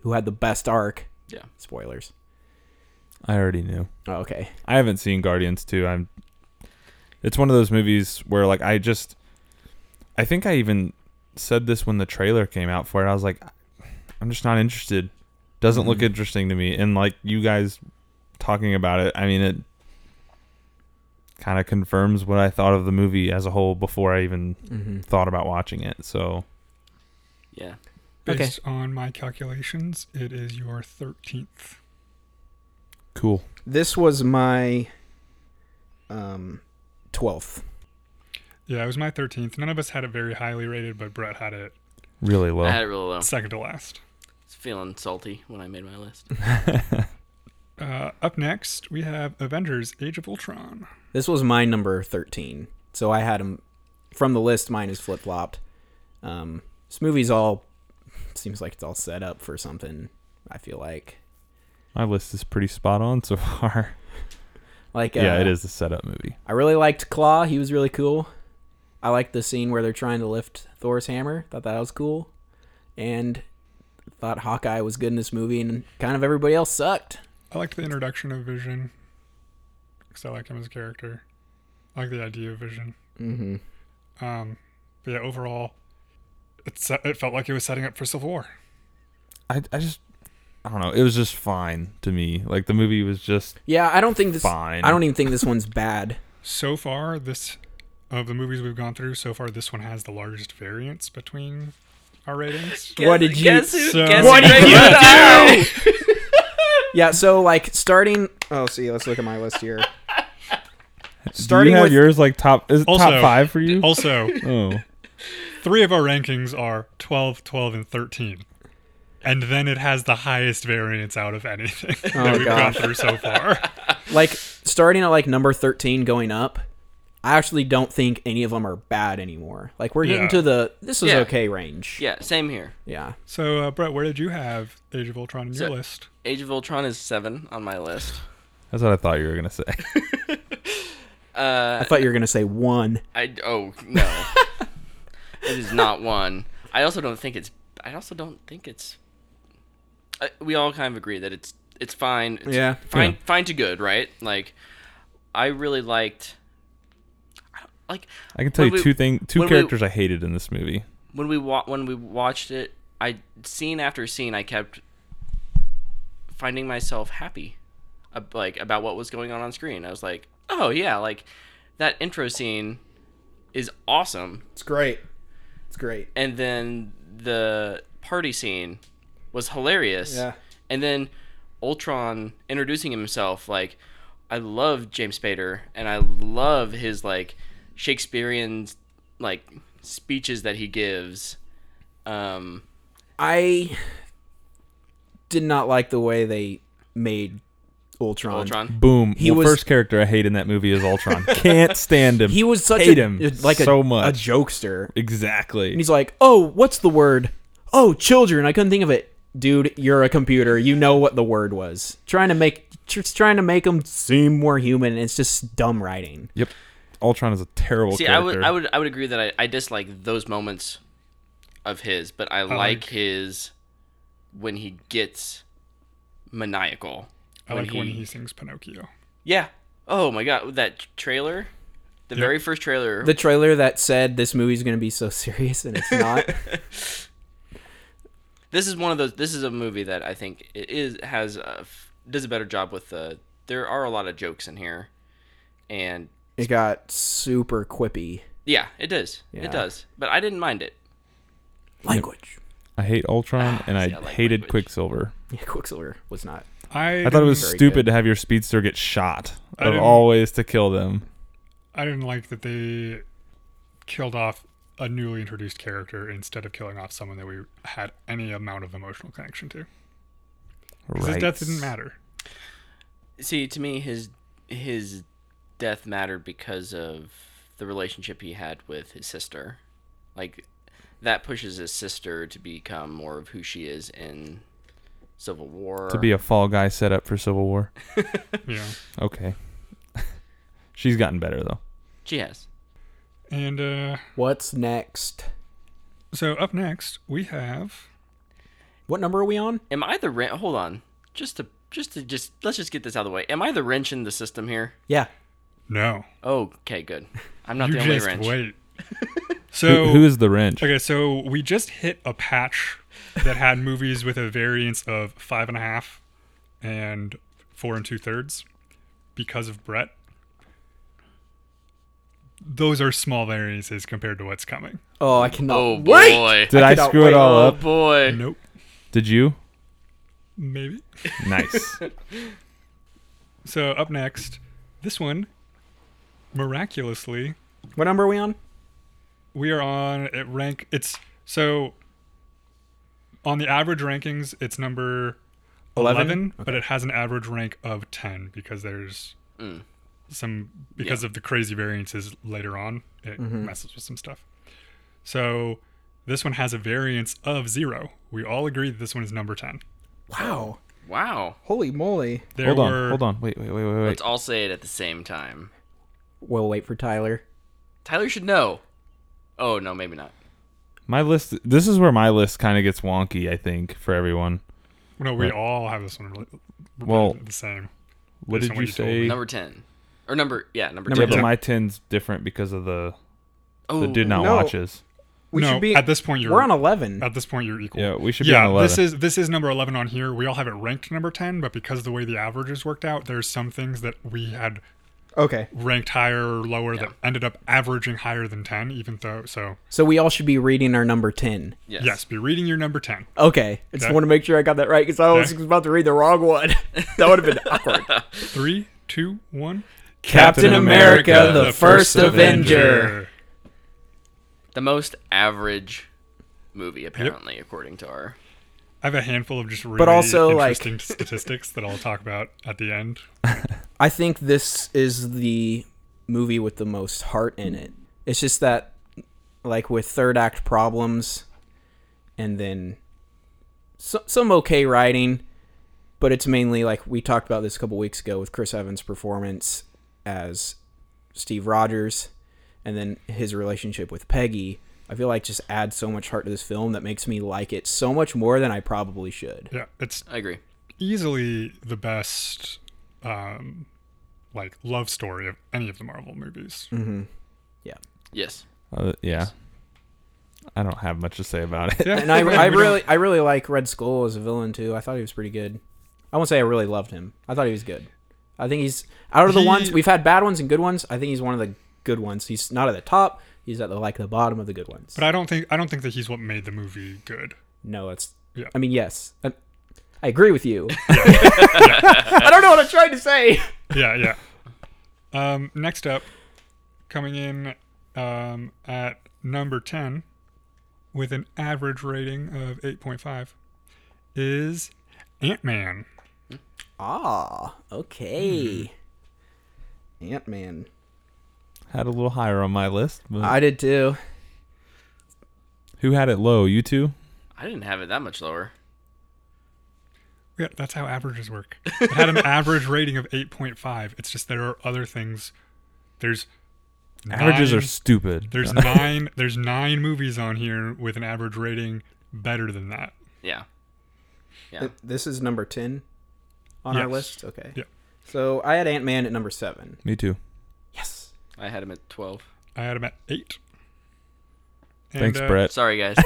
who had the best arc. yeah, Spoilers. I already knew. Oh, okay. I haven't seen Guardians 2. I'm It's one of those movies where like I just I think I even said this when the trailer came out for it. I was like I'm just not interested. Doesn't look interesting to me and like you guys talking about it, I mean it kind of confirms what I thought of the movie as a whole before I even thought about watching it. So yeah. Okay. Based on my calculations, it is your thirteenth. cool. This was my um twelfth. Yeah, it was my thirteenth. None of us had it very highly rated, but Brett had it Really I low. had it really low. second to last. It's feeling salty when I made my list. Uh, up next, we have Avengers: Age of Ultron. This was my number 13. So I had him from the list. Mine is flip flopped. Um, this movie's all seems like it's all set up for something. I feel like My list is pretty spot on so far. like uh, Yeah, it is a setup movie. I really liked Claw. He was really cool. I liked the scene where they're trying to lift Thor's hammer. Thought that was cool, and thought Hawkeye was good in this movie, and kind of everybody else sucked. I liked the introduction of Vision because I like him as a character. I like the idea of Vision. Mm-hmm. Um, but yeah, overall, it se- it felt like it was setting up for Civil War. I, I just I don't know. It was just fine to me. Like the movie was just Yeah, I don't think this. Fine. I don't even think this one's bad. So far, this of the movies we've gone through so far, this one has the largest variance between our ratings. What did you- guess who, So- guess What did who ranked you it high? Yeah, so like starting. Oh, see, let's look at my list here. Starting Starting Do you have with- yours like top is it top Also- five for you? Also, oh, three of our rankings are 12, 12, and 13. And then it has the highest variance out of anything Oh, that we've gone gosh. through so far. Like starting at like number thirteen, going up. I actually don't think any of them are bad anymore. Like we're getting Yeah. to the this is Yeah. okay range. Yeah, same here. Yeah. So, uh, Brett, where did you have Age of Ultron in your So- list? Age of Ultron is seven on my list. that's what I thought you were gonna say. Uh, I thought you were gonna say one. I oh no, it is not one. I also don't think it's. I also don't think it's. I, we all kind of agree that it's it's fine. It's Yeah. fine, Yeah. fine to good, right? Like, I really liked. I don't- Like I can tell When you we- two thing two when we- characters I hated in this movie. when we wa- when we watched it, I scene after scene, I kept finding myself happy, ab- like about what was going on on screen. I was like, oh yeah, like that intro scene is awesome. It's great. It's great. and then the party scene was hilarious. Yeah. And then Ultron introducing himself, like, I love James Spader, and I love his like Shakespearean like speeches that he gives. Um, I did not like the way they made Ultron. Ultron. Boom. He well, was- first character I hate in that movie is Ultron. Can't stand him. He was such hate a uh, him like a, so a much. jokester. exactly. And he's like, "Oh, what's the word? Oh, children. I couldn't think of it, dude. You're a computer. You know what the word was. Trying to make, just trying to make him seem more human. and It's just dumb writing. Yep. Ultron is a terrible See, I character. would, I would, I would agree that I, I dislike those moments of his, but I like like- his when he gets maniacal. I like when he- he sings Pinocchio. Yeah. Oh my god, that trailer, the very first trailer. The trailer that said this movie's going to be so serious, and it's not. this is one of those. This is a movie that I think it is has a, f- does a better job with the. There are a lot of jokes in here, and it got super quippy yeah, it does. Yeah. It does. But I didn't mind it. language. I hate Ultron and I, Ah, see, I like hated language. Quicksilver. Yeah, Quicksilver was not. I, I thought it didn't- was Very stupid good. to have your speedster get shot I of didn't- all ways to kill them. I didn't like that they killed off a newly introduced character instead of killing off someone that we had any amount of emotional connection to. Right. Because his death didn't matter. See, to me, his his death mattered because of the relationship he had with his sister. Like that pushes his sister to become more of who she is in Civil War. to be a fall guy set up for Civil War. Yeah. Okay. She's gotten better though. she has. And uh, What's next? so up next, we have. What number are we on? Am I the wren- hold on? Just to just to just let's just get this out of the way. Am I the wrench in the system here? Yeah, No. Okay, good. I'm not you the only just wrench. wait. Who, So who is the wrench? Okay, so we just hit a patch that had movies with a variance of five and a half and four and two thirds because of Brett. Those are small variances compared to what's coming. Oh, I cannot Oh wait. boy. Did I, cannot screw it wait. all Oh up? boy. Nope. Did you? Maybe. Nice. So up next, this one, miraculously, What number are we on? we are on it rank it's so on the average rankings it's number 11, 11? but it has an average rank of 10 because there's some because of the crazy variances later on it messes with some stuff so this one has a variance of zero we all agree that this one is number 10 Wow. Wow. Holy moly. there hold were on. Hold on. Wait, wait, wait, wait, wait. Let's all say it at the same time. We'll wait for Tyler. Tyler should know. Oh no, maybe not. My list this is where my list kind of gets wonky, I think, for everyone. no we all have this one really, Well, the same what Based did on you, what you told say? me. Number ten. Or number yeah, number, Yeah, Number but two. ten. my 10's different because of the Oh, the did not No. watches. We no should be at this point you're We're on eleven. at this point you're equal Yeah, we should be yeah on 11. this is this is number 11 on here we all have it ranked number 10 but because of the way the averages worked out there's some things that we had Okay. ranked higher or lower that ended up averaging higher than 10, even though. So, So we all should be reading our number 10. Yes. yes, be reading your number 10. Okay. I just Okay. want to make sure I got that right because I was Okay. about to read the wrong one. that would have been awkward. Three, two, one. Captain America, the first Avenger. The most average movie, apparently, according to our. I have a handful of just really also, like- interesting statistics that I'll talk about at the end. I think this is the movie with the most heart in it. It's just that, like with third act problems, and then so, some okay writing, but it's mainly like we talked about this a couple weeks ago with Chris Evans' performance as Steve Rogers, and then his relationship with Peggy. I feel like just adds so much heart to this film that makes me like it so much more than I probably should. Yeah, it's I agree. easily the best, um, like love story of any of the Marvel movies. Yes. Uh, yeah. I don't have much to say about it. Yeah, And I, we I don't- really, I really like Red Skull as a villain too. I thought he was pretty good. I won't say I really loved him. I thought he was good. I think he's out of the He- ones we've had bad ones and good ones. I think he's one of the good ones. He's not at the top. He's at the like the bottom of the good ones. but I don't think I don't think that he's what made the movie good. no, that's. Yeah. I mean, yes, I, I agree with you. I don't know what I'm trying to say. Yeah, yeah. um, next up, coming in um, at number ten with an average rating of eight point five is Ant Man. Ah, okay. Hmm. Ant Man. Had a little higher on my list, but I did too. who had it low? You two? I didn't have it that much lower. Yeah, that's how averages work. It had an average rating of 8.5. It's just there are other things. There's Averages nine, are stupid. there's no. nine there's nine movies on here with an average rating better than that. Yeah. Yeah. Th- This is number ten on our Yes. list. Okay. Yeah. So I had Ant Man at number seven. Me too. Yes. I had him at 12. I had them at eight. And, Thanks, uh, Brett. Sorry, guys.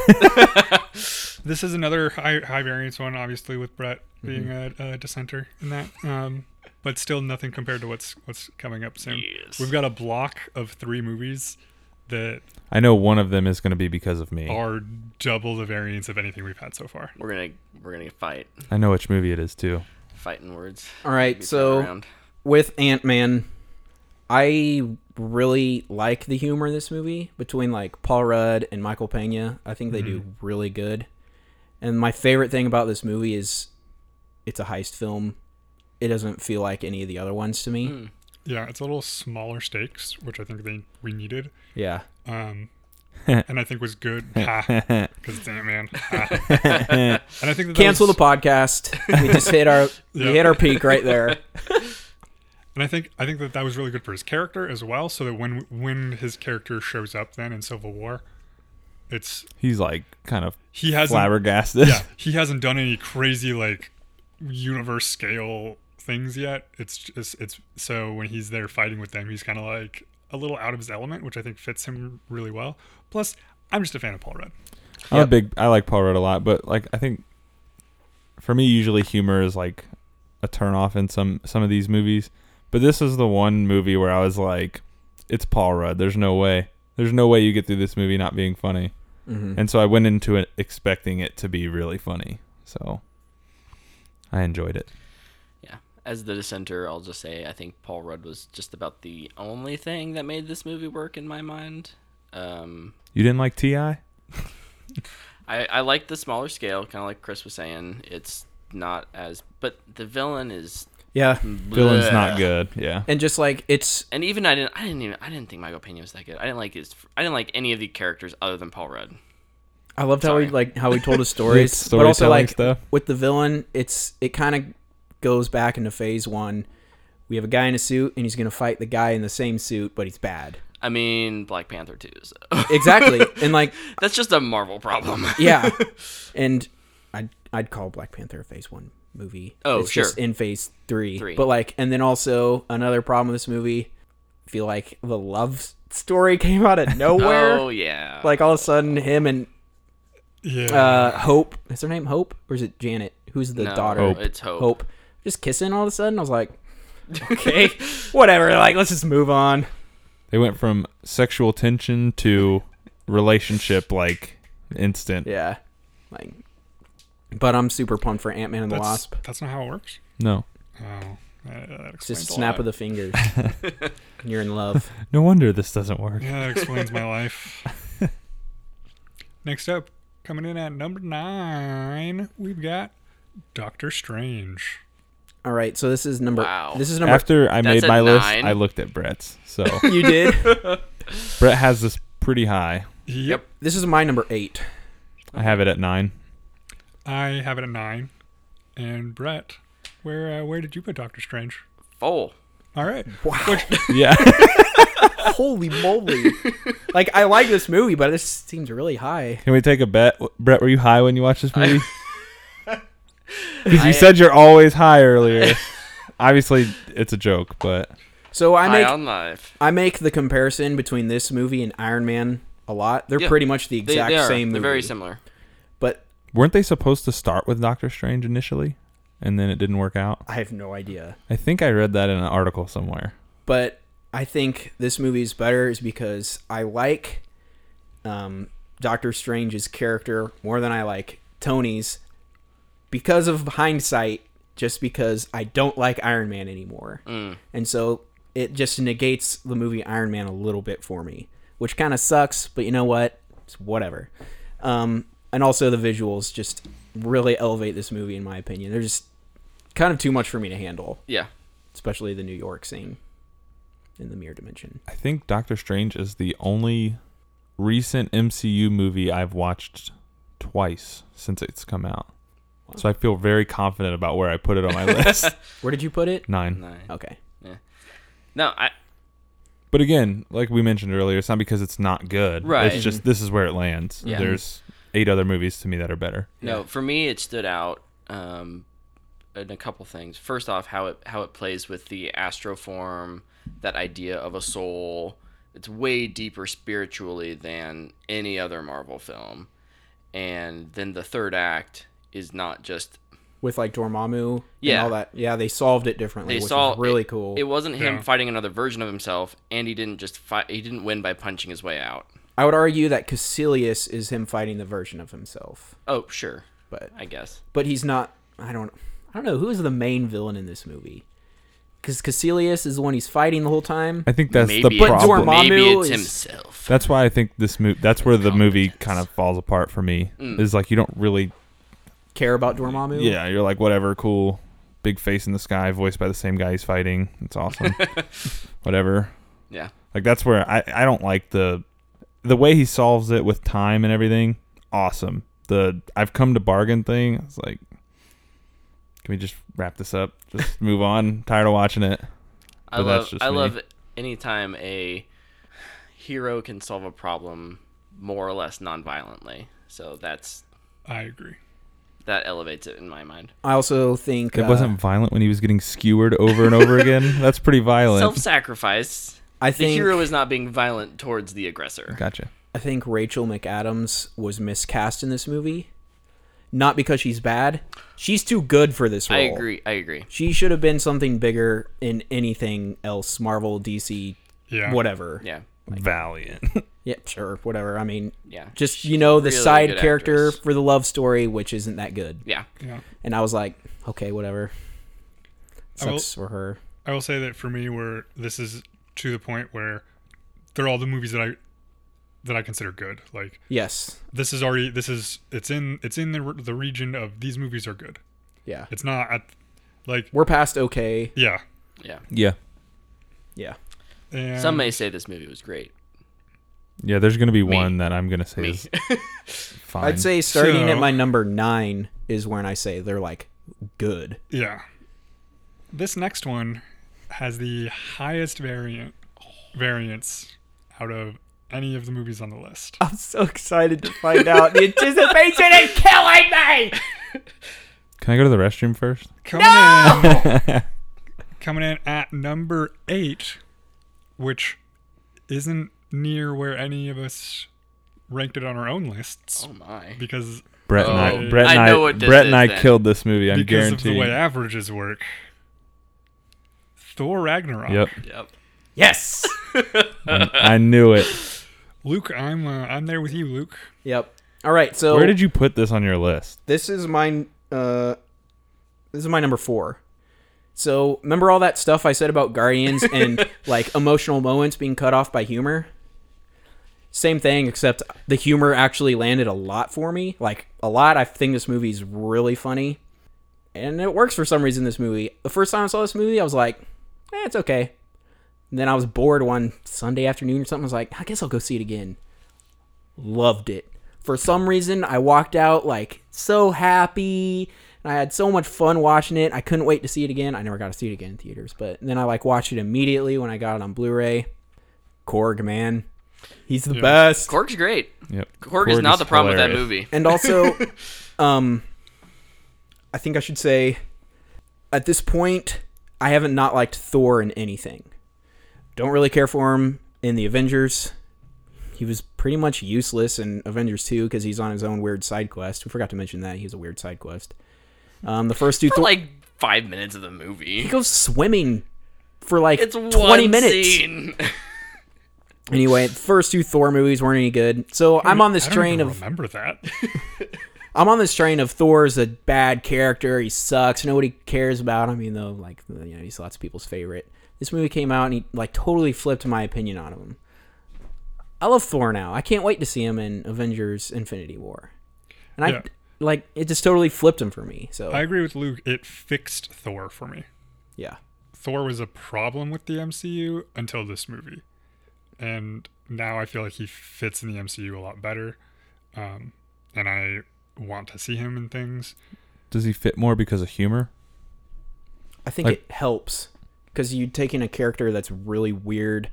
This is another high high variance one, obviously, with Brett being a, a dissenter in that. Um, but still nothing compared to what's what's coming up soon. Yes. We've got a block of three movies that I know one of them is going to be because of me. are double the variance of anything we've had so far. we're gonna we're gonna fight, I know which movie it is too. fighting words. All right. Maybe So. around. with Ant Man, I really like the humor in this movie between like Paul Rudd and Michael Pena. I think they do really good. And my favorite thing about this movie is it's a heist film. It doesn't feel like any of the other ones to Mm. Hmm. me. Yeah, it's a little smaller stakes, which I think they we needed, Yeah. um, and I think was good. Because damn man, Ha. and I think that Cancel that was, the podcast. We just hit our we Yeah. hit our peak right there. and I think I think that that was really good for his character as well. So that when when his character shows up then in Civil War, it's He's like kind of he hasn't flabbergasted. yeah he hasn't done any crazy like universe scale things yet. It's just it's so when he's there fighting with them, he's kind of like a little out of his element, which I think fits him really well. Plus, I'm just a fan of Paul Rudd. I'm a big. I like Paul Rudd a lot, but like I think for me, usually humor is like a turnoff in some some of these movies. But this is the one movie where I was like, "It's Paul Rudd. There's no way. There's no way you get through this movie not being funny." Mm. Mm-hmm. And so I went into it expecting it to be really funny. So I enjoyed it. Yeah. As the dissenter, I'll just say I think Paul Rudd was just about the only thing that made this movie work in my mind. Um, You didn't like Ti? I I like the smaller scale, kind of like Chris was saying. It's not as, but the villain is Yeah. Villain's bleh. not good. Yeah. And just like it's And even I didn't I didn't even I didn't think Michael Pena was that good. I didn't like his I didn't like any of the characters other than Paul Rudd. I loved how he Sorry. like how he told his stories, It's but also storytelling like stuff. with the villain, it's it kind of goes back into phase one. We have a guy in a suit, and he's gonna fight the guy in the same suit, but he's bad. I mean Black Panther too. So. Exactly, and like That's just a Marvel problem. yeah, and I'd I'd call Black Panther a phase one movie. Oh, it's just sure. in phase three. Three. but like, and then also another problem with this movie, I feel like the love story came out of nowhere. Oh yeah. Like all of a sudden, him and Yeah. uh, Hope. Is her name Hope or is it Janet? Who's the No, daughter? It's Hope. Hope. Just kissing all of a sudden. I was like, okay, Whatever. Like, let's just move on. They went from sexual tension to relationship like instant. Yeah. Like, but I'm super pumped for Ant Man and the That's, Wasp. that's not how it works. No. Oh, that, that It's explains just a a snap lot. of the fingers. and you're in love. No wonder this doesn't work. Yeah, that explains my life. Next up, coming in at number nine, we've got Doctor Strange. All right. So this is number. Wow. This is number. After I That's made a my list, nine. I looked at Brett's. So you did. Brett has this pretty high. Yep. This is my number eight. I have it at nine. I have it at nine. And Brett, where uh, where did you put Doctor Strange? Oh. All right, Wow. Yeah. Holy moly. like, I like this movie, but this seems really high. Can we take a bet? W- Brett, were you high when you watched this movie? Because I- you said you're always high earlier. Obviously, it's a joke, but So I High make on life. I make the comparison between this movie and Iron Man a lot. They're Yeah. pretty much the They, exact they are. same movie. They're very similar. But weren't they supposed to start with Doctor Strange initially, and then it didn't work out? I have no idea. I think I read that in an article somewhere. but I think this movie is better is because I like um, Doctor Strange's character more than I like Tony's because of hindsight. Just because I don't like Iron Man anymore, and so it just negates the movie Iron Man a little bit for me, which kind of sucks. But you know what? It's whatever. Um, and also the visuals just really elevate this movie in my opinion. They're just kind of too much for me to handle Yeah. especially the New York scene in the mirror dimension. I think Doctor Strange is the only recent MCU movie I've watched twice since it's come out. So I feel very confident about where I put it on my list. Where did you put it? Nine. Nice. Okay. No, I But again, like we mentioned earlier, it's not because it's not good. Right. It's just this is where it lands. Yeah. There's eight other movies to me that are better. no. For me, it stood out um, in a couple things. First off, how it how it plays with the astro form, that idea of a soul. It's way deeper spiritually than any other Marvel film, and then the third act is not just With like Dormammu and Yeah. all that. Yeah, they solved it differently, they which saw was really it- cool. It wasn't Yeah. him fighting another version of himself, and he didn't just fight. He didn't win by punching his way out. I would argue that Cassilius is him fighting the version of himself, Oh, sure, but I guess. but he's not. I don't. I don't know who is the main villain in this movie. Because Cassilius is the one he's fighting the whole time. I think that's maybe the it's, problem. Dormammu maybe it's is- himself. That's why I think this movie. That's where the movie kind of falls apart for me. Mm. Is like you don't really. Care about Dormammu? Yeah, you're like whatever, cool, big face in the sky, voiced by the same guy he's fighting. It's awesome. whatever. yeah. Like that's where I I don't like the the way he solves it with time and everything. Awesome. The I've come to bargain thing. It's like, can we just wrap this up? Just move on. Tired of watching it. I But that's love just I me. love anytime a hero can solve a problem more or less nonviolently. So that's I agree. that elevates it in my mind. I also think It uh, wasn't violent when he was getting skewered over and over again. That's pretty violent. Self-sacrifice. I The think hero is not being violent towards the aggressor. gotcha. I think Rachel McAdams was miscast in this movie. Not because she's bad. She's too good for this I role. agree. I agree. She should have been something bigger in anything else, Marvel, DC, Yeah. whatever. Yeah. Valiant. Yeah, sure, whatever. I mean, Yeah. just you know the Really side good character actress. for the love story, which isn't that good. Yeah. Yeah. And I was like, okay, whatever. I will- Sucks for her. I will say that for me, where this is to the point where they're all the movies that I that I consider good. Like Yes. this is already this is it's in it's in the re- the region of these movies are good. Yeah. It's not at, like We're past okay. yeah. Yeah. yeah. Yeah. And Some may say this movie was great. Yeah, there's gonna be one that I'm gonna say Me. is fine. I'd say starting at So- my number nine is when I say they're like good. Yeah. This next one has the highest variant variance out of any of the movies on the list. Oh, I'm so excited to find out. The anticipation is killing me. Can I go to the restroom first? Coming in Coming in at number 8, which isn't near where any of us ranked it on our own lists Oh my. because Brett and Oh, I, Brett I and I, know what this Brett is and I then. killed this movie. I'm because of the guaranteeing. way averages work. Thor Ragnarok. Yep. Yep. Yes. I, I knew it. Luke, I'm uh, I'm there with you, Luke. yep. All right. So Where did you put this on your list? this is my uh, this is my number four. So remember all that stuff I said about Guardians and like emotional moments being cut off by humor. Same thing, except the humor actually landed a lot for me. Like a lot. I think this movie's really funny, and it works for some reason. This movie. The first time I saw this movie, I was like, eh, it's okay. And then I was bored one Sunday afternoon or something. I was like, I guess I'll go see it again. Loved it. For some reason, I walked out like so happy. And I had so much fun watching it. I couldn't wait to see it again. I never got to see it again in theaters, but then I like watched it immediately when I got it on Blu-ray. Korg, man, he's the best. Korg's great. Yep. Korg, is not the problem with that hilarious. movie. And also, um, I think I should say, at this point, I haven't not liked Thor in anything. Don't really care for him in the Avengers. He was pretty much useless in Avengers 2 because he's on his own weird side quest. We forgot to mention that. He has a weird side quest. Um, the first two For Thor. like five minutes of the he movie. goes swimming for like It's 20 one minutes. Scene. Anyway, the first two Thor movies weren't any good. So I'm on this I don't train even of remember that. I'm on this train of Thor's a bad character. He sucks. Nobody cares about him, even though like you know he's lots of people's favorite. This movie came out and he like totally flipped my opinion on him. I love Thor now. I can't wait to see him in Avengers: Infinity War. And I Yeah. like it just totally flipped him for me. So I agree with Luke. It fixed Thor for me. yeah, Thor was a problem with the MCU until this movie, and now I feel like he fits in the MCU a lot better, um, and I want to see him in things. Does he fit more because of humor? I think Like- it helps because you taking a character that's really weird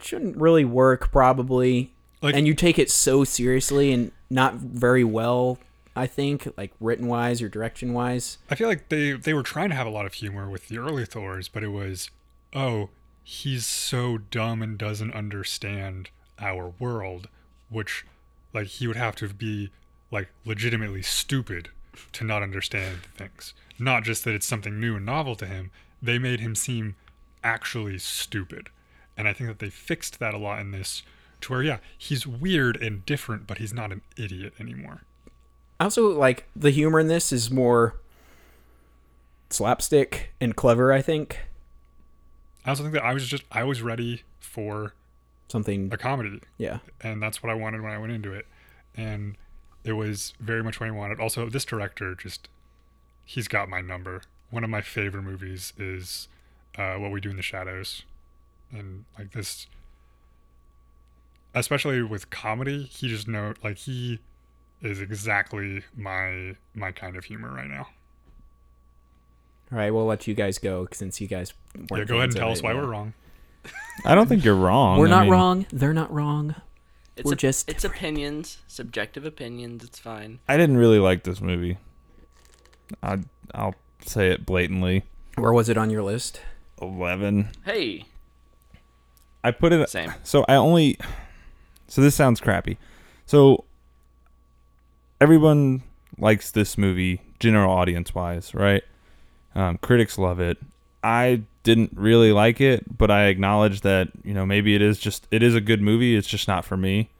shouldn't really work probably, Like- and you take it so seriously and not very well. I think like written wise or direction wise. I feel like they they were trying to have a lot of humor with the early Thors, but it was, oh, he's so dumb and doesn't understand our world, which, like, he would have to be like legitimately stupid to not understand things. Not just that it's something new and novel to him. They made him seem actually stupid, and I think that they fixed that a lot in this, to where yeah, he's weird and different, but he's not an idiot anymore. I also like the humor in this is more slapstick and clever. I think I also think that I was just I was ready for something. a comedy Yeah, and that's what I wanted when I went into it. And it was very much what I wanted. Also, this director just he's got my number. One of my favorite movies is uh, What We Do in the Shadows, and like this, especially with comedy, he just know like he is exactly my my kind of humor right now. all right. We'll let you guys go since you guys. Yeah, weren't go ahead fans and of tell it, us why yeah. we're wrong. I don't think you're wrong. We're I not mean, wrong. They're not wrong. It's We're op- just it's opinions, subjective opinions. It's fine. I didn't really like this movie. I I'll say it blatantly. Where was it on your list? Eleven. Hey, I put it Same. So I only. So this sounds crappy. So everyone likes this movie, general audience wise, right? Um, critics love it. I didn't really like it, but I acknowledge that you know maybe it is just it is a good movie. It's just not for me.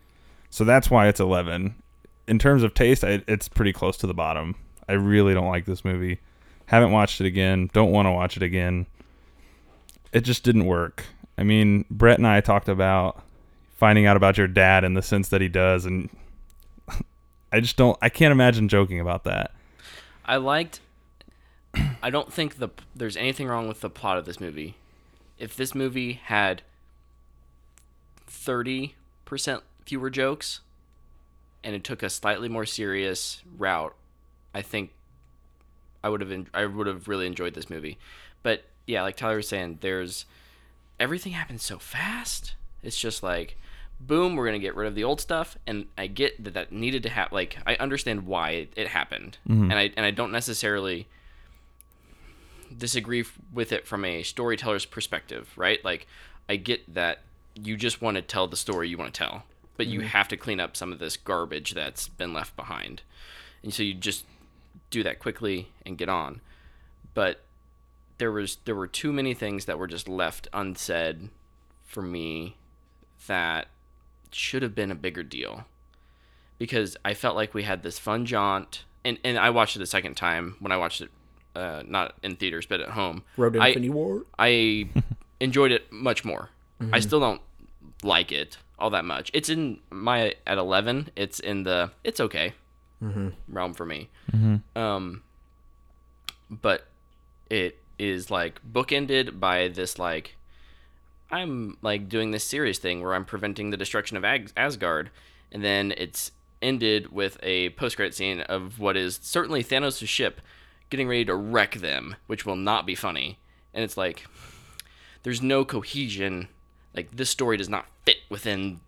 So that's why it's eleven. In terms of taste, I, it's pretty close to the bottom. I really don't like this movie. Haven't watched it again. Don't want to watch it again it just didn't work. I mean, Brett and I talked about finding out about your dad in the sense that he does, and I just don't. I can't imagine joking about that. I liked. I don't think the there's anything wrong with the plot of this movie. If this movie had thirty percent fewer jokes, and it took a slightly more serious route, I think I would have en- I would have really enjoyed this movie. But yeah, like Tyler was saying, there's everything happens so fast. It's just like, boom, we're gonna get rid of the old stuff, and I get that that needed to happen. Like, I understand why it, it happened, and I and I don't necessarily disagree f- with it from a storyteller's perspective, right? Like, I get that you just want to tell the story you want to tell, but you have to clean up some of this garbage that's been left behind, and so you just do that quickly and get on. But there was there were too many things that were just left unsaid for me that should have been a bigger deal because I felt like we had this fun jaunt and and I watched it the second time when I watched it uh, not in theaters but at home Road to I- Infinity War. I enjoyed it much more. I still don't like it all that much. It's in my at eleven. It's in the it's okay realm for me. Um, but it is like bookended by this like I'm like doing this serious thing where I'm preventing the destruction of Ag- Asgard, and then it's ended with a post-credit scene of what is certainly Thanos' ship getting ready to wreck them, which will not be funny. And it's like there's no cohesion. Like this story does not fit within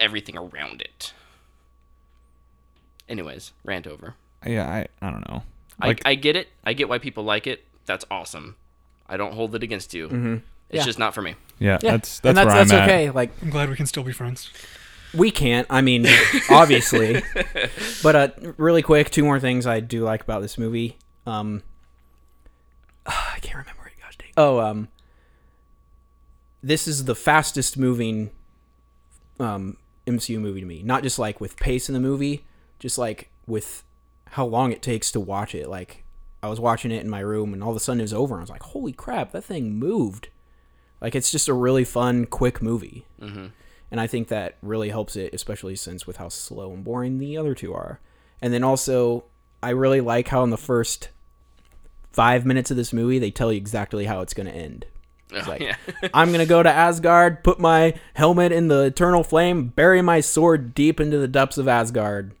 everything around it. Anyways, rant over. Yeah, I, I don't know. Like I, I get it. I get why people like it. That's awesome. I don't hold it against you. It's Mm-hmm. Yeah. just not for me. yeah, Yeah. that's and that's where that's I'm at. okay. Like I'm glad we can still be friends. We can't. I mean, obviously. but uh, really quick, two more things I do like about this movie. Um, I can't remember it. Gosh dang. Oh, um, this is the fastest moving um, MCU movie to me. Not just like with pace in the movie, just like with how long it takes to watch it. Like I was watching it in my room, and all of a sudden it was over, and I was like, "Holy crap, that thing moved!" Like it's just a really fun, quick movie and I think that really helps it, especially since with how slow and boring the other two are. And then also, I really like how in the first five minutes of this movie, they tell you exactly how it's going to end. It's Oh, like, yeah. I'm going to go to Asgard, put my helmet in the eternal flame, bury my sword deep into the depths of Asgard.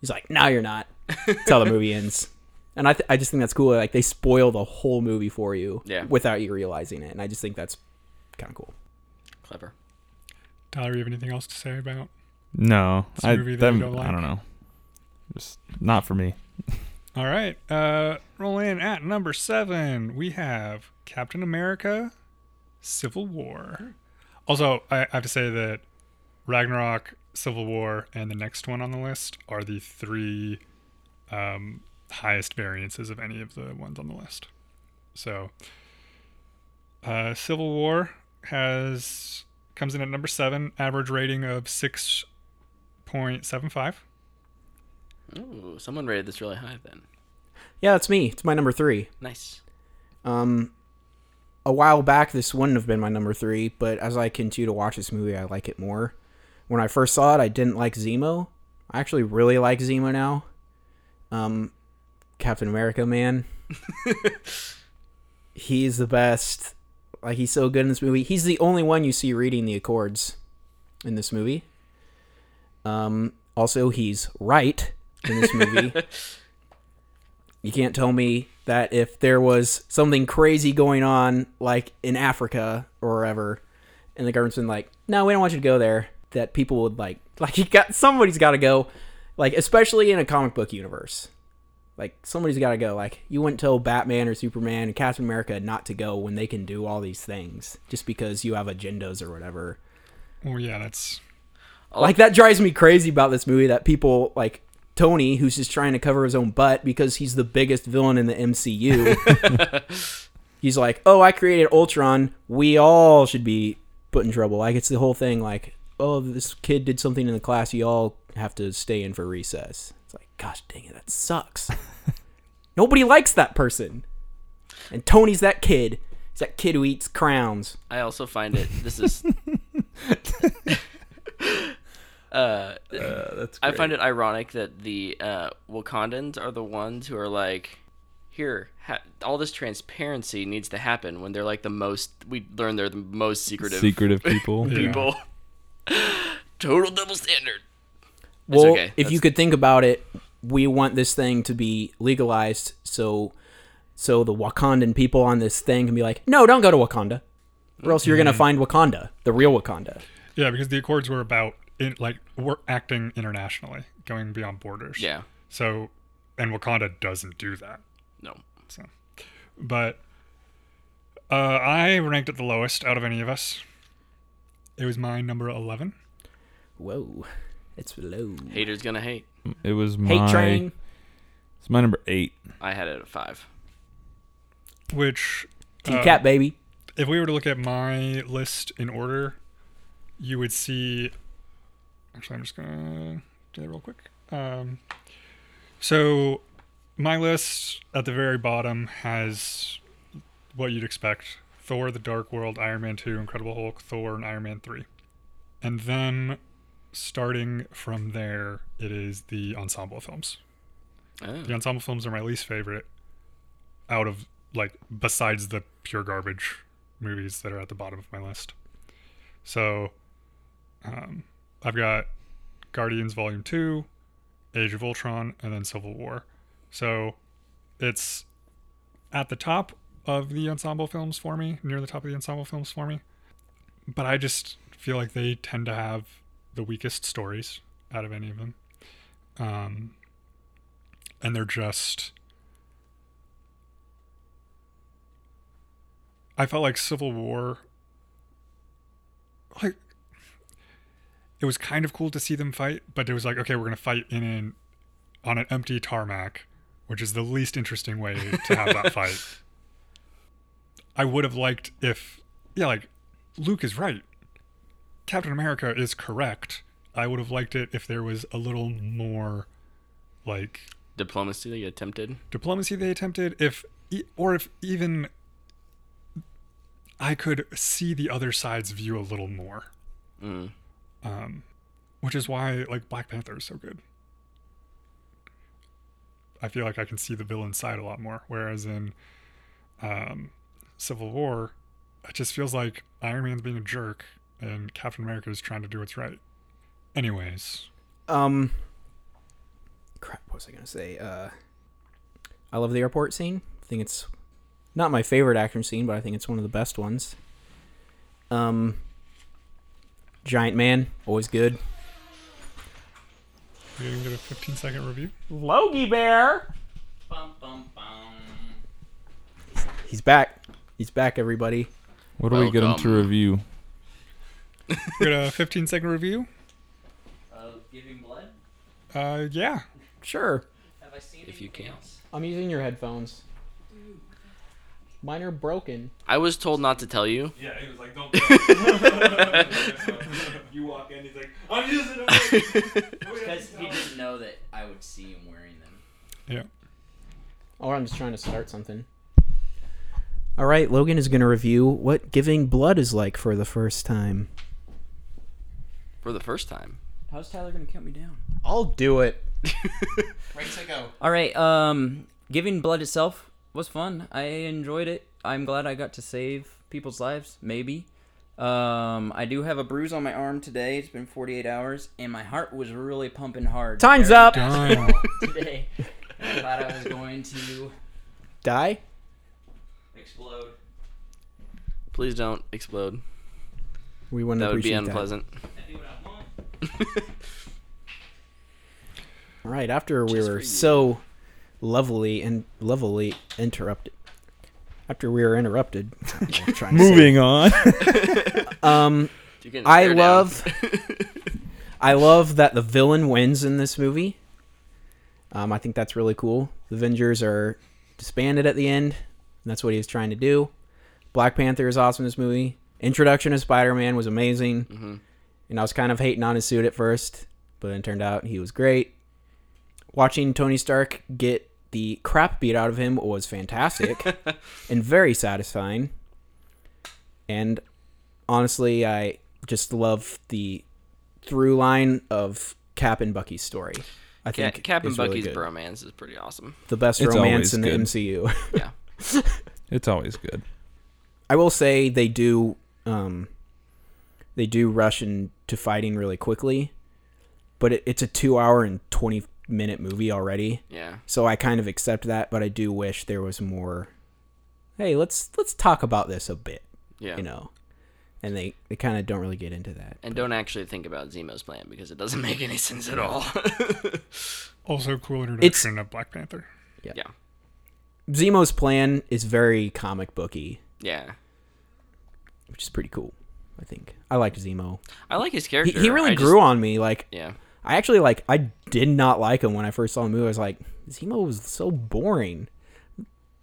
He's like, no, you're not. That's how the movie ends. And I, th- I just think that's cool. Like, they spoil the whole movie for you Yeah. without you realizing it. And I just think that's kind of cool. Clever. Tyler, you have anything else to say about? No, It's a I, movie that that- you don't I like. don't know. Just not for me. All right. Uh, roll in at number seven. We have Captain America: Civil War. Also, I I have to say that Ragnarok, Civil War, and the next one on the list are the three um, highest variances of any of the ones on the list. So, uh, Civil War has comes in at number seven, average rating of six point seven five. Ooh, someone rated this really high then. Yeah, that's me. It's my number three. Nice. Um, a while back, this wouldn't have been my number three, but as I continue to watch this movie, I like it more. When I first saw it, I didn't like Zemo. I actually really like Zemo now. Um, Captain America, man, he's the best. Like he's so good in this movie. He's the only one you see reading the Accords in this movie. Um, also, he's right in this movie. You can't tell me that if there was something crazy going on, like in Africa or wherever, and the government's been like, "No, we don't want you to go there," that people would like, like you got somebody's got to go, like especially in a comic book universe, like somebody's got to go. Like you wouldn't tell Batman or Superman and Captain America not to go when they can do all these things just because you have agendas or whatever. Well, yeah, that's Oh. Like that drives me crazy about this movie that people like Tony, who's just trying to cover his own butt because he's the biggest villain in the MCU. he's like, "Oh, I created Ultron. We all should be put in trouble." Like it's the whole thing. Like, "Oh, this kid did something in the class. You all have to stay in for recess." It's like, "Gosh, dang it, that sucks." Nobody likes that person, and Tony's that kid. He's that kid who eats crowns. Oh, I also find it. This is. uh, that's I find it ironic that the uh, Wakandans are the ones who are like, here, ha- all this transparency needs to happen when they're like the most. We learn they're the most secretive, secretive people. Yeah. people. Total double standard. Well, okay. if you That's- could think about it, we want this thing to be legalized so so the Wakandan people on this thing can be like, "No, don't go to Wakanda." Or else you're Mm-hmm. going to find Wakanda, the real Wakanda. Yeah, because the accords were about in, like we're acting internationally, going beyond borders. Yeah. So, and Wakanda doesn't do that. No. So, but uh, I ranked it the lowest out of any of us. It was my number eleven. Whoa. It's low. Haters gonna hate. It was my Hate train. It's my number eight. I had it at five. which uh, T Uh. Cap, baby. if we were to look at my list in order, you would see. Actually, I'm just gonna do that real quick. Um, so, my list at the very bottom has what you'd expect: Thor, The Dark World, Iron Man Two, Incredible Hulk, Thor, and Iron Man Three. And then, starting from there, it is the ensemble films. Oh. The ensemble films are my least favorite out of like besides the pure garbage movies that are at the bottom of my list. So um, I've got Guardians Volume 2, Age of Ultron, and then Civil War. So it's at the top of the ensemble films for me, near the top of the ensemble films for me. But I just feel like they tend to have the weakest stories out of any of them. Um, and they're just I felt like Civil War like it was kind of cool to see them fight, but it was like, okay, we're gonna fight in an on an empty tarmac, which is the least interesting way to have that fight. I would have liked if yeah, like Luke is right. Captain America is correct. I would have liked it if there was a little more like Diplomacy they attempted. diplomacy they attempted if e- or if even i could see the other side's view a little more Mm. um, which is why like black panther is so good i feel like i can see the villain side a lot more whereas in um, civil war it just feels like iron man's being a jerk and captain america is trying to do what's right anyways Um, crap. What was I gonna say? Uh, I love the airport scene. I think it's not my favorite action scene, but I think it's one of the best ones. Um, giant man, always good. we didn't get a 15 second review Logie Bear. He's back. He's back, everybody. What do we get them to Welcome. review? we got a 15 second review of giving blood? uh, yeah Sure. Have I seen If you anything can. else? I'm using your headphones. Mine are broken. I was told not to tell you. Yeah, he was like, don't. you walk in, he's like, I'm using them. Because he didn't know that I would see him wearing them. yeah Or Oh, I'm just trying to start something. All right, Logan is going to review what giving blood is like for the first time. For the first time. How's Tyler gonna count me down? I'll do it. Ready to go. All right. Um, giving blood itself was fun. I enjoyed it. I'm glad I got to save people's lives. Maybe. Um, I do have a bruise on my arm today. It's been 48 hours, and my heart was really pumping hard. Time's up. Dime. today. I thought I was going to Die. explode. Please don't explode. We wouldn't That would be appreciate unpleasant. I do what I want. That. All right, after we Just for were you. so lovely and lovely interrupted. After we were interrupted. I'm trying to say- Moving on. Um, You're getting I stared down. love- I love that the villain wins in this movie. Um, I think that's really cool. The Avengers are disbanded at the end. And that's what he was trying to do. Black Panther is awesome in this movie. Introduction of Spider Man was amazing. And I was kind of hating on his suit at first, but then it turned out he was great. Watching Tony Stark get the crap beat out of him was fantastic and very satisfying. And honestly, I just love the through line of Cap and Bucky's story. I Ca- think Cap and is really Bucky's good. bromance is pretty awesome. the best It's romance always in the good. MCU. Yeah. it's always good. I will say they do um, they do rush into fighting really quickly, but it, it's a two hour and twenty minute movie already, Yeah. so I kind of accept that. But I do wish there was more. Hey, let's let's talk about this a bit, Yeah. you know. And they, they kind of don't really get into that. And don't actually think about Zemo's plan because it doesn't make any sense at all. Also, cool introduction of Black Panther. yeah. Zemo's plan is very comic booky, Yeah. which is pretty cool. I think I liked Zemo. I like his He, character. he really I just- grew on me. Like Yeah. I actually like I did not like him when I first saw the movie. I was like, Zemo was so boring.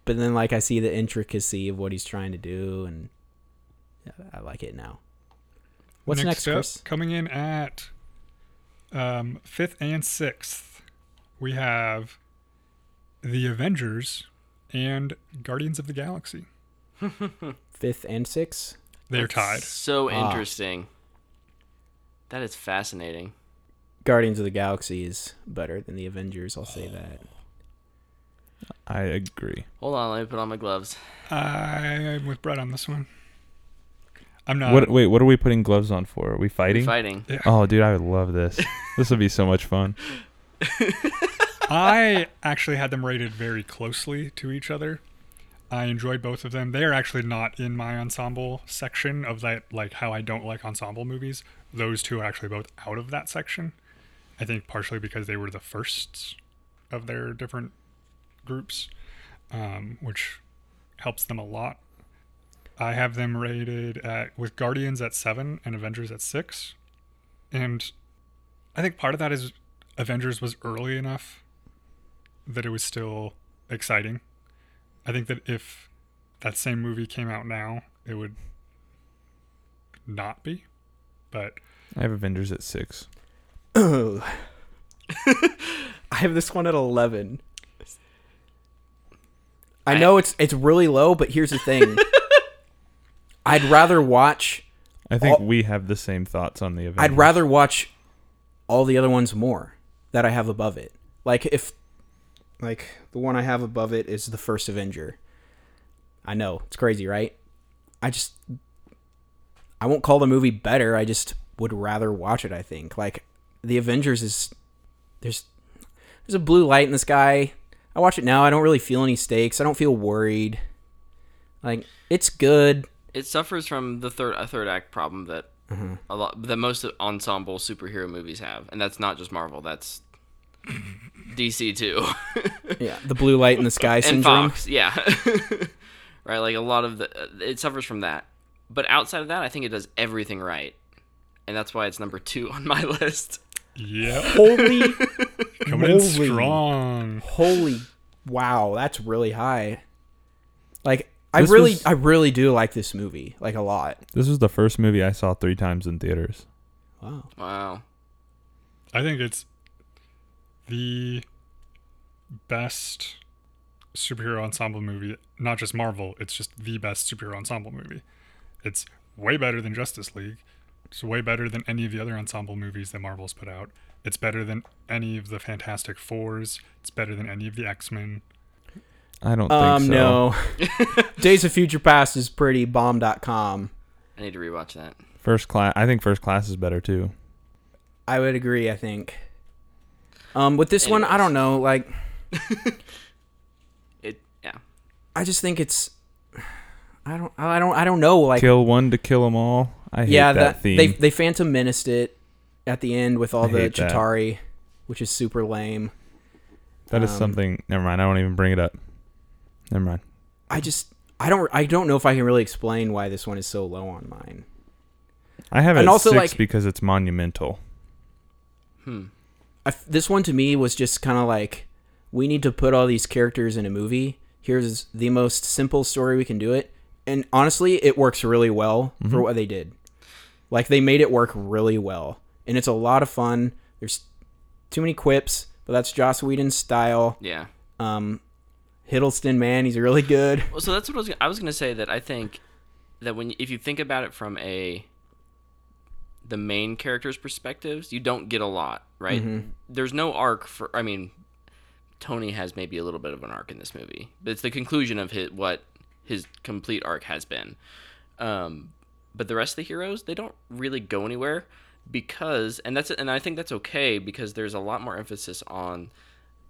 but then like I see the intricacy of what he's trying to do, and yeah, I like it now. What's next, up, Chris? coming in at um, fifth and sixth, we have the Avengers and Guardians of the Galaxy. Fifth and sixth. They're tied. So Ah. interesting. That is fascinating. Guardians of the Galaxy is better than the Avengers. I'll say that. I agree. Hold on, let me put on my gloves. I'm with Brett on this one. I'm not. what? Wait, what are we putting gloves on for? Are we fighting? Fighting. Oh, dude, I would love this. this would be so much fun. I actually had them rated very closely to each other. I enjoyed both of them. They are actually not in my ensemble section of that, like how I don't like ensemble movies. Those two are actually both out of that section. I think partially because they were the firsts of their different groups, um, which helps them a lot. I have them rated at, with Guardians at seven and Avengers at six. And I think part of that is Avengers was early enough that it was still exciting. I think that if that same movie came out now, it would not be. But I have Avengers at six. Oh. I have this one at 11. I I- know it's it's really low, but here's the thing. I'd rather watch I think Oh. we have the same thoughts on the Avengers. I'd rather watch all the other ones more that I have above it. Like if like the one I have above it is the first Avenger. I know, it's crazy, right? I just I won't call the movie better, I just would rather watch it, I think. Like the Avengers is there's there's a blue light in the sky. I watch it now, I don't really feel any stakes. I don't feel worried. Like it's good. It suffers from the third a third act problem that a lot that most ensemble superhero movies have, and that's not just Marvel. That's DC too. Yeah, the blue light in the sky and syndrome. Fox, yeah, right. Like a lot of the, uh, it suffers from that. But outside of that, I think it does everything right, and that's why it's number two on my list. yeah, Holy coming in Moly. strong. holy wow that's really high like i This really was- i really do like this movie like a lot This was the first movie I saw three times in theaters. wow Wow. I think it's the best superhero ensemble movie, not just Marvel, it's just the best superhero ensemble movie. It's way better than Justice League. It's way better than any of the other ensemble movies that Marvel's put out. It's better than any of the Fantastic Fours. It's better than any of the X Men. I don't um think so. no days of future past is pretty bomb.com I need to rewatch that. First class. I think first class is better too. i would agree i think um with this one i Anyways. don't know like It yeah. i just think it's i don't i don't i don't know like kill one to kill them all. I hate yeah that, that, theme. they they phantom menaced it at the end with all I the hate that. chitari which is super lame that is um, something. Never mind. I won't even bring it up. Never mind. i just i don't i don't know if i can really explain why this one is so low on mine I have it And at also, six like- because it's monumental. I f this one to me was just kind of like we need to put all these characters in a movie. Here's the most simple story we can do it, and honestly, it works really well for what they did. Like they made it work really well, and it's a lot of fun. There's too many quips, but that's Joss Whedon's style. Yeah. Um, Hiddleston, man, he's really good. Well, so that's what I was. Gonna, I was going to say that I think that when if you think about it from a the main character's perspectives, you don't get a lot, right? There's no arc for. I mean, Tony has maybe a little bit of an arc in this movie, but it's the conclusion of his what his complete arc has been. Um, but the rest of the heroes, they don't really go anywhere because, and that's and I think that's okay because there's a lot more emphasis on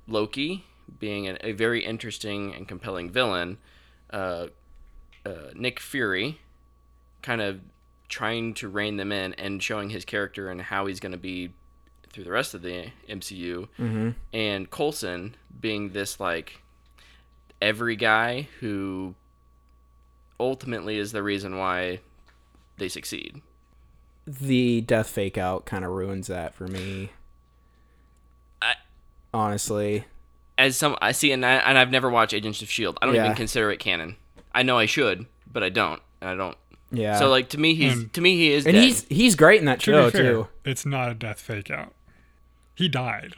Loki being an, a very interesting and compelling villain, uh, uh, Nick Fury kind of trying to rein them in and showing his character and how he's going to be through the rest of the MCU, Mm-hmm. and Coulson being this like every guy who ultimately is the reason why they succeed. The death fake out kind of ruins that for me. I- honestly, as some I see, and I, and I've never watched Agents of Shield. I don't Yeah. even consider it canon. I know I should, but I don't, and I don't. Yeah. So like to me, he's And- to me he is. and dead. he's he's great in that To show be fair, too. it's not a death fake out. He died.